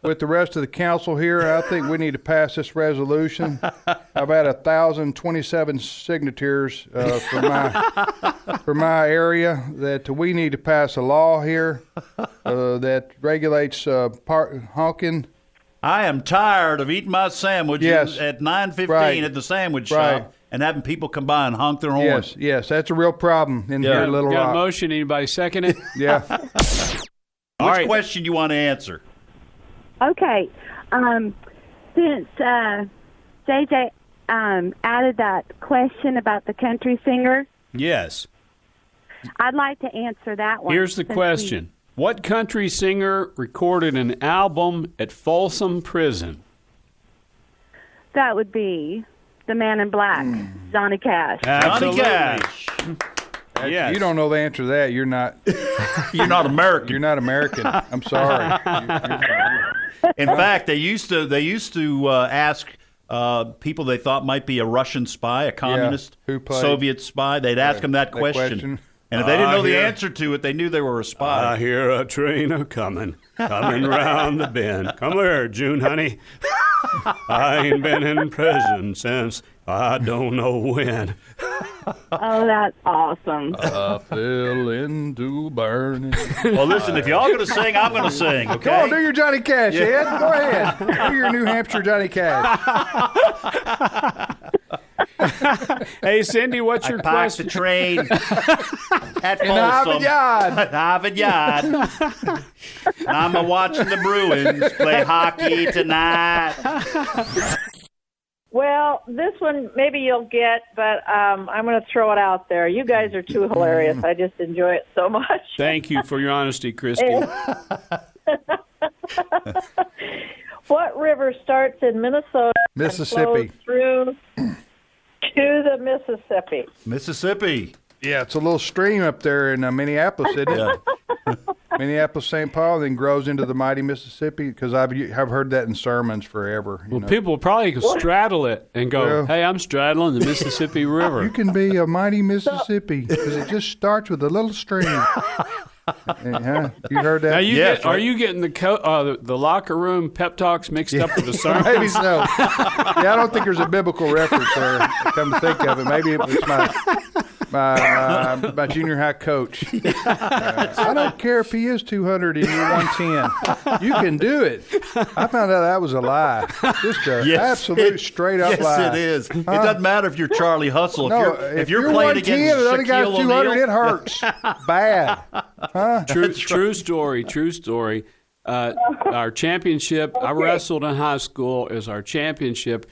with the rest of the council here. I think we need to pass this resolution. I've had a thousand twenty-seven signatures uh, for my for my area that we need to pass a law here uh, that regulates uh, par- honking.
I am tired of eating my sandwiches
Yes.
at 9:15
Right.
at the sandwich
Right.
shop and having people come by and honk their horns.
Yes, yes, that's a real problem in
Yeah.
here, Little
Got a
Rock.
motion? Anybody second it?
Yeah.
Which
right.
question you want to answer?
okay, um, since uh, JJ um, added that question about the country singer,
yes.
I'd like to answer that one.
Here's the
since we-
question What country singer recorded an album at Folsom Prison?
That would be the Man in Black,
Hmm.
Johnny Cash.
Johnny
Absolutely.
Cash.
Yes.
You don't know the answer to that. You're not.
You're not American.
You're not American. I'm sorry. You-
In fact, they used to they used to uh, ask uh, people they thought might be a Russian spy, a communist,
who played-
Soviet spy. They'd ask them that
that
question.
question.
and if they didn't
Ah,
know the
here.
answer to it, they knew they were a spy.
I hear a train a coming, coming round the bend. Come here, June, honey. I ain't been in prison since I don't know when.
Oh, that's awesome.
I fell into burning.
well, listen, if y'all
<laughs>
gonna sing, I'm gonna sing. Okay.
Come on, Oh, do your Johnny Cash, Ed. Go ahead. Do your New Hampshire Johnny Cash.
Hey, Cindy, what's
I
your
parked the
question?
<laughs>
train at
In Harvard
Folsom.
Yard.
at Harvard
<laughs>
Yard. and I'm a watching the Bruins play hockey tonight.
Well, this one maybe you'll get, but um, I'm going to throw it out there. You guys are too hilarious. I just enjoy it so much.
Thank you for your honesty, Christy.
<laughs> What river starts in Minnesota and
Mississippi.
flows through to the Mississippi?
Mississippi.
Yeah, it's a little stream up there in uh, Minneapolis, isn't it?
Yeah.
<laughs> Minneapolis, St. Paul, then grows into the mighty Mississippi because I've you- I've heard that in sermons forever. You,
Well,
know.
people probably could straddle it and go,
Yeah.
"Hey, I'm straddling the
<laughs>
Mississippi
you
River."
can be a mighty Mississippi because it just starts with a little stream. Uh-huh. You heard that?
Now you
Yes,
get, are
right.
you getting the, co- uh, the the locker room pep talks mixed up with
<laughs>
the sermon?
Maybe so. Yeah, I don't think there's a biblical reference there. Come to think of it, maybe it was my my, my, my junior high
<laughs>
coach. Uh, I don't care if he is 200 and you're 110. You can do it. I found out that was a lie. Just a
Yes,
absolute
it-
straight up
yes,
lie.
it is. It
Huh?
doesn't matter if you're Charlie Hustle. If
No,
you're if, you're, playing
110
against
and the other guy's
Shaquille
200,
O'Neal-
it hurts
<laughs>
bad. Huh?
<laughs> True, true story. True story. Uh, our championship. I wrestled in high school. Is our championship.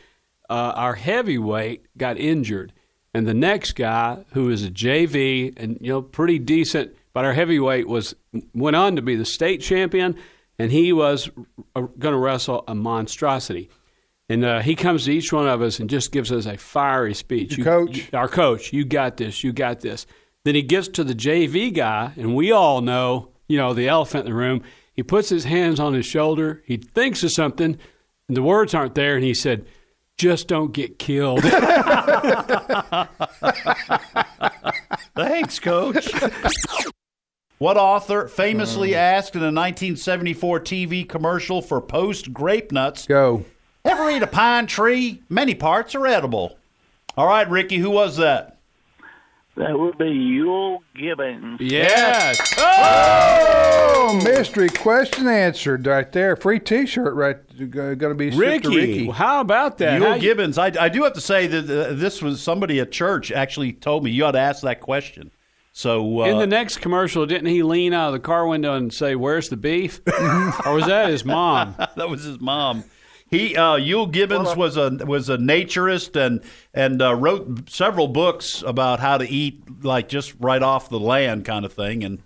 Uh, our heavyweight got injured, and the next guy, who is a JV and you know pretty decent, but our heavyweight was went on to be the state champion, and he was going to wrestle a monstrosity. And uh, he comes to each one of us and just gives us a fiery speech. You, coach, our coach, you got this, you got this. Then he gets to the JV guy, and we all know, you know, the elephant in the room. He puts his hands on his shoulder. He thinks of something, and the words aren't there. And he said, "Just don't get killed."
<laughs>
Thanks, coach. what author
Mm.
famously asked in a 1974 TV commercial for post grape nuts?
Go.
Ever eat a pine tree? Many parts are edible. All right, Ricky, who was that?
That would be Yule Gibbons.
Yes.
Oh, mystery question answered right there. Free T-shirt, right? Going to be shipped to Ricky.
how about that?
Yule
How you-
Gibbons. I, I do have to say that uh, this was somebody at church actually told me you ought to ask that question. So uh, <laughs>
in the next commercial, didn't he lean out of the car window and say, "Where's the beef?" <laughs> or was that his mom?
that was his mom. He uh, Yule Gibbons was a was a naturist and and uh, wrote several books about how to eat like just right off the land kind of thing and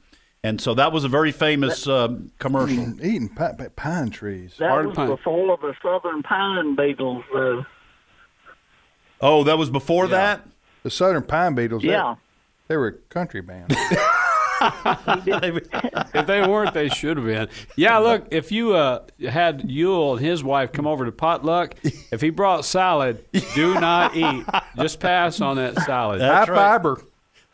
and so that was a very famous um, commercial.
Hmm.
Eating pine, pine trees.
That was
pine.
before the southern pine uh, beetles, though.
Oh, that was before that.
The Southern Pine Beetles. they-
Yeah.
They, were a country band.
if they weren't, they should have been. Yeah, look, if you uh, had Yule and his wife come over to potluck, if he brought salad, do not eat. Just pass on that salad.
High fiber.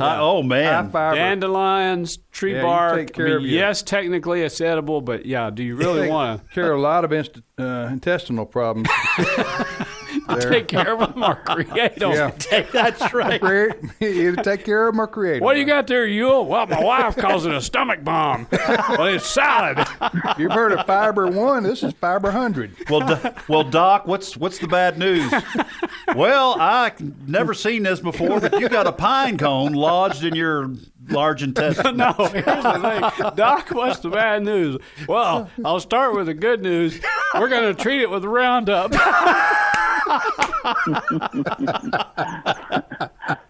Hi- oh man,
Dandelions, tree
Yeah, you
bark.
take care
I mean,
of your-
yes, technically it's edible, but yeah, do you really want
Care a lot of inst- uh, intestinal
<laughs>
problems.
to
There.
take care of them or create them?
Yeah.
<laughs> That's right.
Either take care of them or create
What do you got there, Yule? Well, my wife calls it a stomach bomb. well, it's salad.
You've heard of Fiber One. This is Fiber Hundred.
Well, do, well, Doc, what's what's the bad news? well, I never seen this before, but you got a pine cone lodged in your large intestine.
no, here's the thing. Doc, what's the bad news? Well, I'll start with the good news. We're going to treat it with Roundup.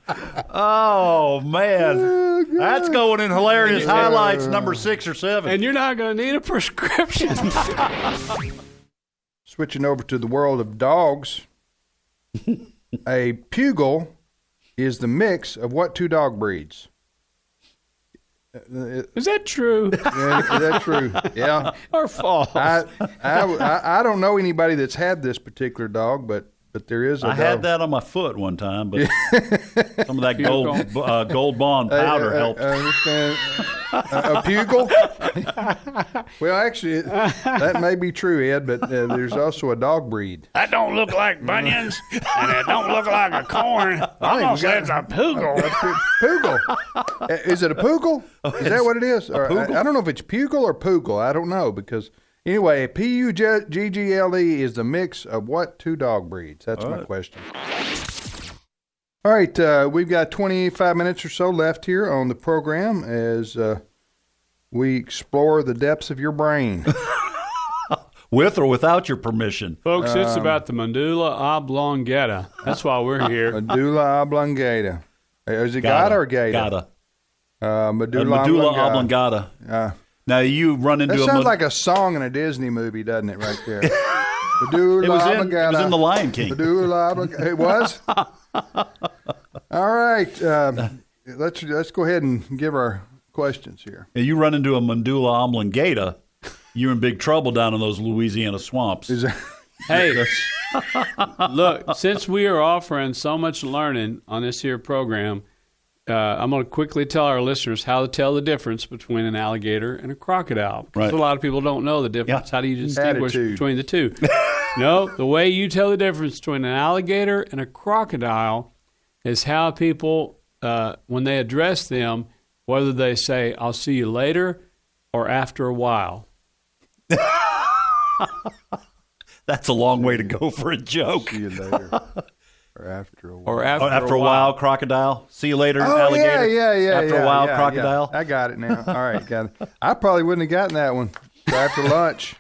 Oh man,
Oh,
that's going in hilarious
Yeah.
highlights number six or seven.
And you're not going to need a prescription. <laughs>
Switching over to the world of
<laughs>
dogs, a pugil is the mix of what two dog breeds?
Is that true?
Yeah, is that true? Yeah.
<laughs> Or false?
I, I, I, I don't know anybody that's had this particular dog, but but there is. a
I had
dog.
that on my foot one time, but some of that
Pure
gold
gold.
uh, gold bond
I-
powder
I-
helped.
I understand. a, a pugil?
<laughs>
well, actually, it- that may be true, Ed, but uh, there's also a dog breed.
That don't look like bunions, and it don't look like a corn. I'm gonna say it's a
A
poogle.
pu- pugil. Uh, Is it a pugil? Is that what it is? Or I,
pugil?
I don't know if it's pugil or pugil. I don't know because anyway, P U G G L E is the mix of what two dog breeds? That's my
right.
question. All right, uh, we've got 25 minutes or so left here on the program as uh, we explore the depths of your
<laughs>
brain.
With or without your permission,
Folks, it's about the medulla oblongata. That's why we're here.
Medulla oblongata. Is it
Gotta.
gata or gata?
Gotta.
Uh,
Uh,
medulla,
medulla
oblongata.
oblongata.
Uh,
Now you run into
That
a
sounds
med-
like a song in a Disney movie, doesn't it? Right
<laughs>
there. Medulla
It was in- it was
oblongata.
in The Lion King.
Medulla oblongata. It
<laughs>
was. All right. Um, let's let's go ahead and give our questions
<laughs>
here.
and you run into a medulla oblongata, you're in big trouble down in those Louisiana swamps.
Hey, <laughs> look, since we are offering so much learning on this here program, uh, I'm going to quickly tell our listeners how to tell the difference between an alligator and a crocodile. Because
Right.
a lot of people don't know the difference. How do you distinguish
Attitude.
between the two? no, the way you tell the difference between an alligator and a crocodile is how people, uh, when they address them, whether they say, I'll see you later or after a while.
That's a long way to go for a joke.
See you later. or after a while.
Or Oh, after, a while, crocodile. See you later,
Oh,
alligator.
yeah, yeah, yeah.
After
yeah,
a while,
yeah, yeah.
crocodile.
I got it now. All right, got it. I probably wouldn't have gotten that one till after lunch.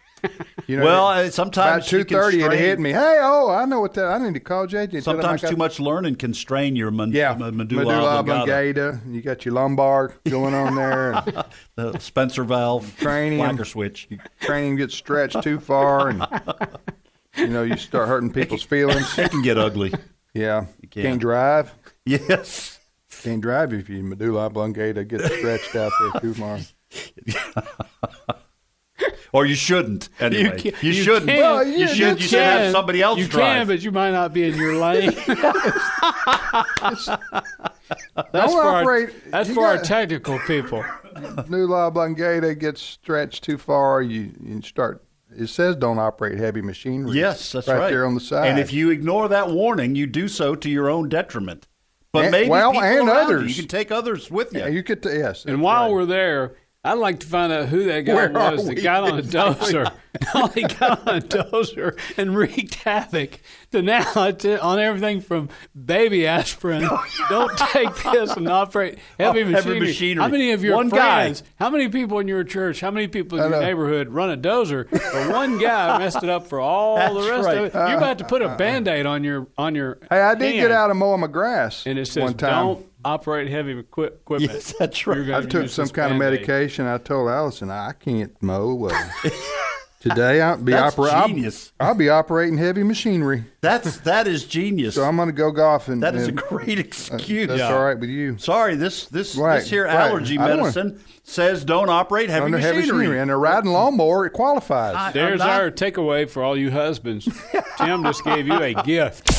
You
Well, uh, sometimes
about
you
two thirty it
constrain-
hit me. Hey, oh, I know what that. I need to call JJ. and tell him I
Sometimes
got
too much learning can strain your men- m- medulla,
Medulla
oblongata.
oblongata. You got your lumbar going on there.
<laughs>
and
The Spencer valve,
Training.
Whacker switch.
cranium gets stretched too far, and you know you start hurting people's
<laughs>
feelings.
It can
<laughs>
get ugly.
Yeah,
can.
can't drive.
Yes,
can't drive if your medulla oblongata gets stretched out there too far.
Or you shouldn't. Anyway, you,
can't-
shouldn't.
can-
you, should. You should have
can.
somebody else
You
drive.
can, but you might not be in
<laughs>
your lane. that's
Don't
for, our,
operate-
that's
you
for our
got-
technical people.
Medulla oblongata gets stretched too far. You, you start. It says don't operate heavy machinery.
Yes, that's
right,
right,
there on the side.
And if you ignore that warning, you do so to your own detriment. But
And-
maybe
well,
people
and
around you,
others.
you can take others with you.
you could, t- yes.
And while we're there, I'd like to find out who that guy
Where are
was that
we?
got on a
<laughs> Exactly.
dozer. <laughs> he got on a dozer and wreaked havoc to now to, on everything from baby
<laughs>
aspirin. Don't take this and operate heavy,
Oh, heavy
machinery.
machinery.
How many of your
One guy.
friends? How many people in your church? How many people in
I
your
know.
neighborhood run a dozer? But one guy messed it up for all the
<laughs> That's
rest
right. Uh,
of it. You're about to put a band aid on your on your.
Hey, I did get
hand.
out of mowing my grass
And it says,
one time.
don't operate heavy equi- equipment.
Yes, that's right.
You're
I
gonna
took
use
some
this
kind of
Band-Aid.
medication. I told Allison I can't mow. Uh,
<laughs>
today I'll be
That's
opera- I'll-
genius.
I'll, be operating heavy machinery,
That's that is genius.
so I'm going to go golfing.
that is a
and
great excuse.
That's all right with you.
Sorry, this this
Right,
this here
right.
allergy
I don't wanna-
medicine says don't operate heavy
Under
machinery.
heavy machinery and a riding lawnmower, it qualifies.
I- I'm
There's
not-
our takeaway for all you
<laughs>
husbands. Tim just gave you a gift.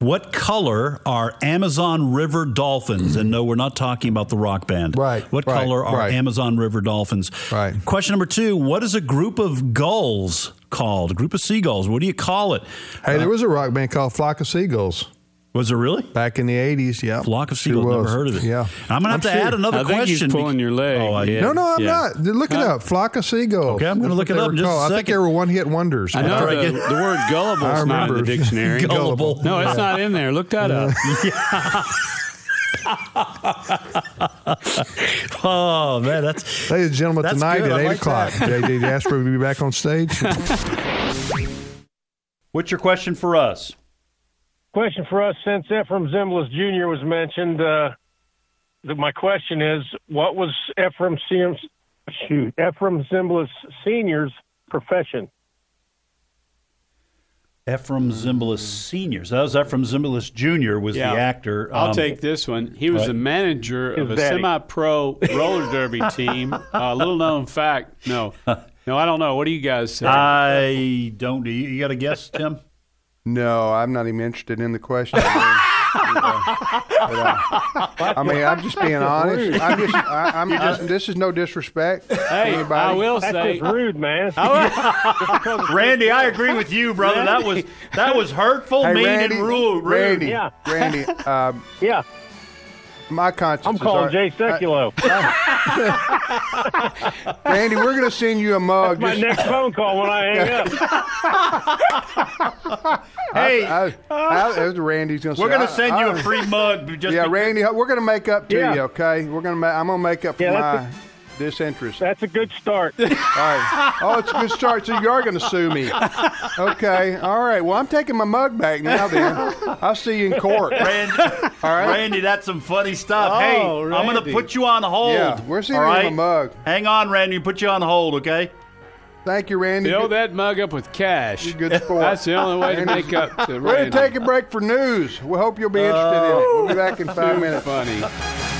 What color are Amazon River dolphins? And no, we're not talking about the rock band. Right. What
right,
color are
right.
Amazon River dolphins?
Right.
Question number two What is a group of gulls called? A group of seagulls. What do you call it?
hey, there was a rock band called Flock of Seagulls
Was it really?
back in the '80s. Yeah,
Flock of seagulls. Never heard of it.
Yeah,
And I'm going to have to
sure.
add another
I think
question.
he's pulling
bec-
your leg.
Oh, I-
Yeah.
No, no, I'm
Yeah.
not. Look it up. Flock of Seagulls.
Okay, I'm gonna
That's what
look it
they
up
were
in just a
called. I think
second.
they were one hit wonders.
I know
After I
the,
get-
the word gullible
I
is not in the
remember.
dictionary.
Gullible.
No, it's not in there. Look that up.
<laughs> oh, man. That's.
Ladies and gentlemen,
That's
tonight
good. I
at 8
like
o'clock, JD Jasper will be back on
<laughs>
stage.
What's your question for us?
Question for us since Ephraim Zimbalist Jr. was mentioned. Uh, the, my question is, what was Ephraim Sim- shoot Ephraim Zimbalist Sr.'s profession?
Ephraim Zimbalist Senior. So that was Ephraim Zimbalist Jr. was
Yeah.
the actor.
<laughs> I'll
Um,
take this one. He was
right.
the manager of a
daddy.
<laughs>
semi-pro roller derby team. uh, little known fact.
<laughs>
No, no, I don't know. What do you guys say?
Uh,
I don't. You, you got a guess, Tim?
No, I'm not even interested in the question. You know, but, uh, I mean, I'm just being honest. I just, I, I'm just, this is no disrespect. to
hey,
anybody.
I will
That's
say.
just rude, man.
<laughs> Randy, I agree with you, brother. That was that was hurtful,
Hey,
mean,
Randy,
and rude. rude.
Randy,
Yeah. <laughs>
Randy, um,
yeah,
my conscience.
I'm
is
calling
all-
Jay Sekulow.
<laughs> Randy, we're gonna send you a mug.
my
Just-
next phone call when I hang up.
Hey,
I, I, I, Randy's gonna.
we're
say,
gonna
I-
send you
I-
a free mug. Just
yeah,
be-
Randy, we're gonna make up to
Yeah.
you. Okay, we're gonna. Ma- I'm gonna make up for
Yeah,
my
that's
disinterest.
That's a good start.
All right. Oh, it's a good start. So you are going to sue me. Okay. All right. Well, I'm taking my mug back now. Then I'll see you in court. All
<laughs> Randy,
right.
Randy, that's some funny stuff.
Oh,
hey, I'm gonna
Randy.
put you on hold.
Yeah, we're sending
all right?
him a mug.
Hang on, Randy. Put you on hold, okay?
Thank you, Randy.
Fill that mug up with cash. <laughs>
You're a good sport.
That's the
<laughs>
only way to
Randy's-
make up to
We're going
Randy.
to take a break for news. We hope you'll be interested in it. We'll be back in five
Too
minutes.
funny.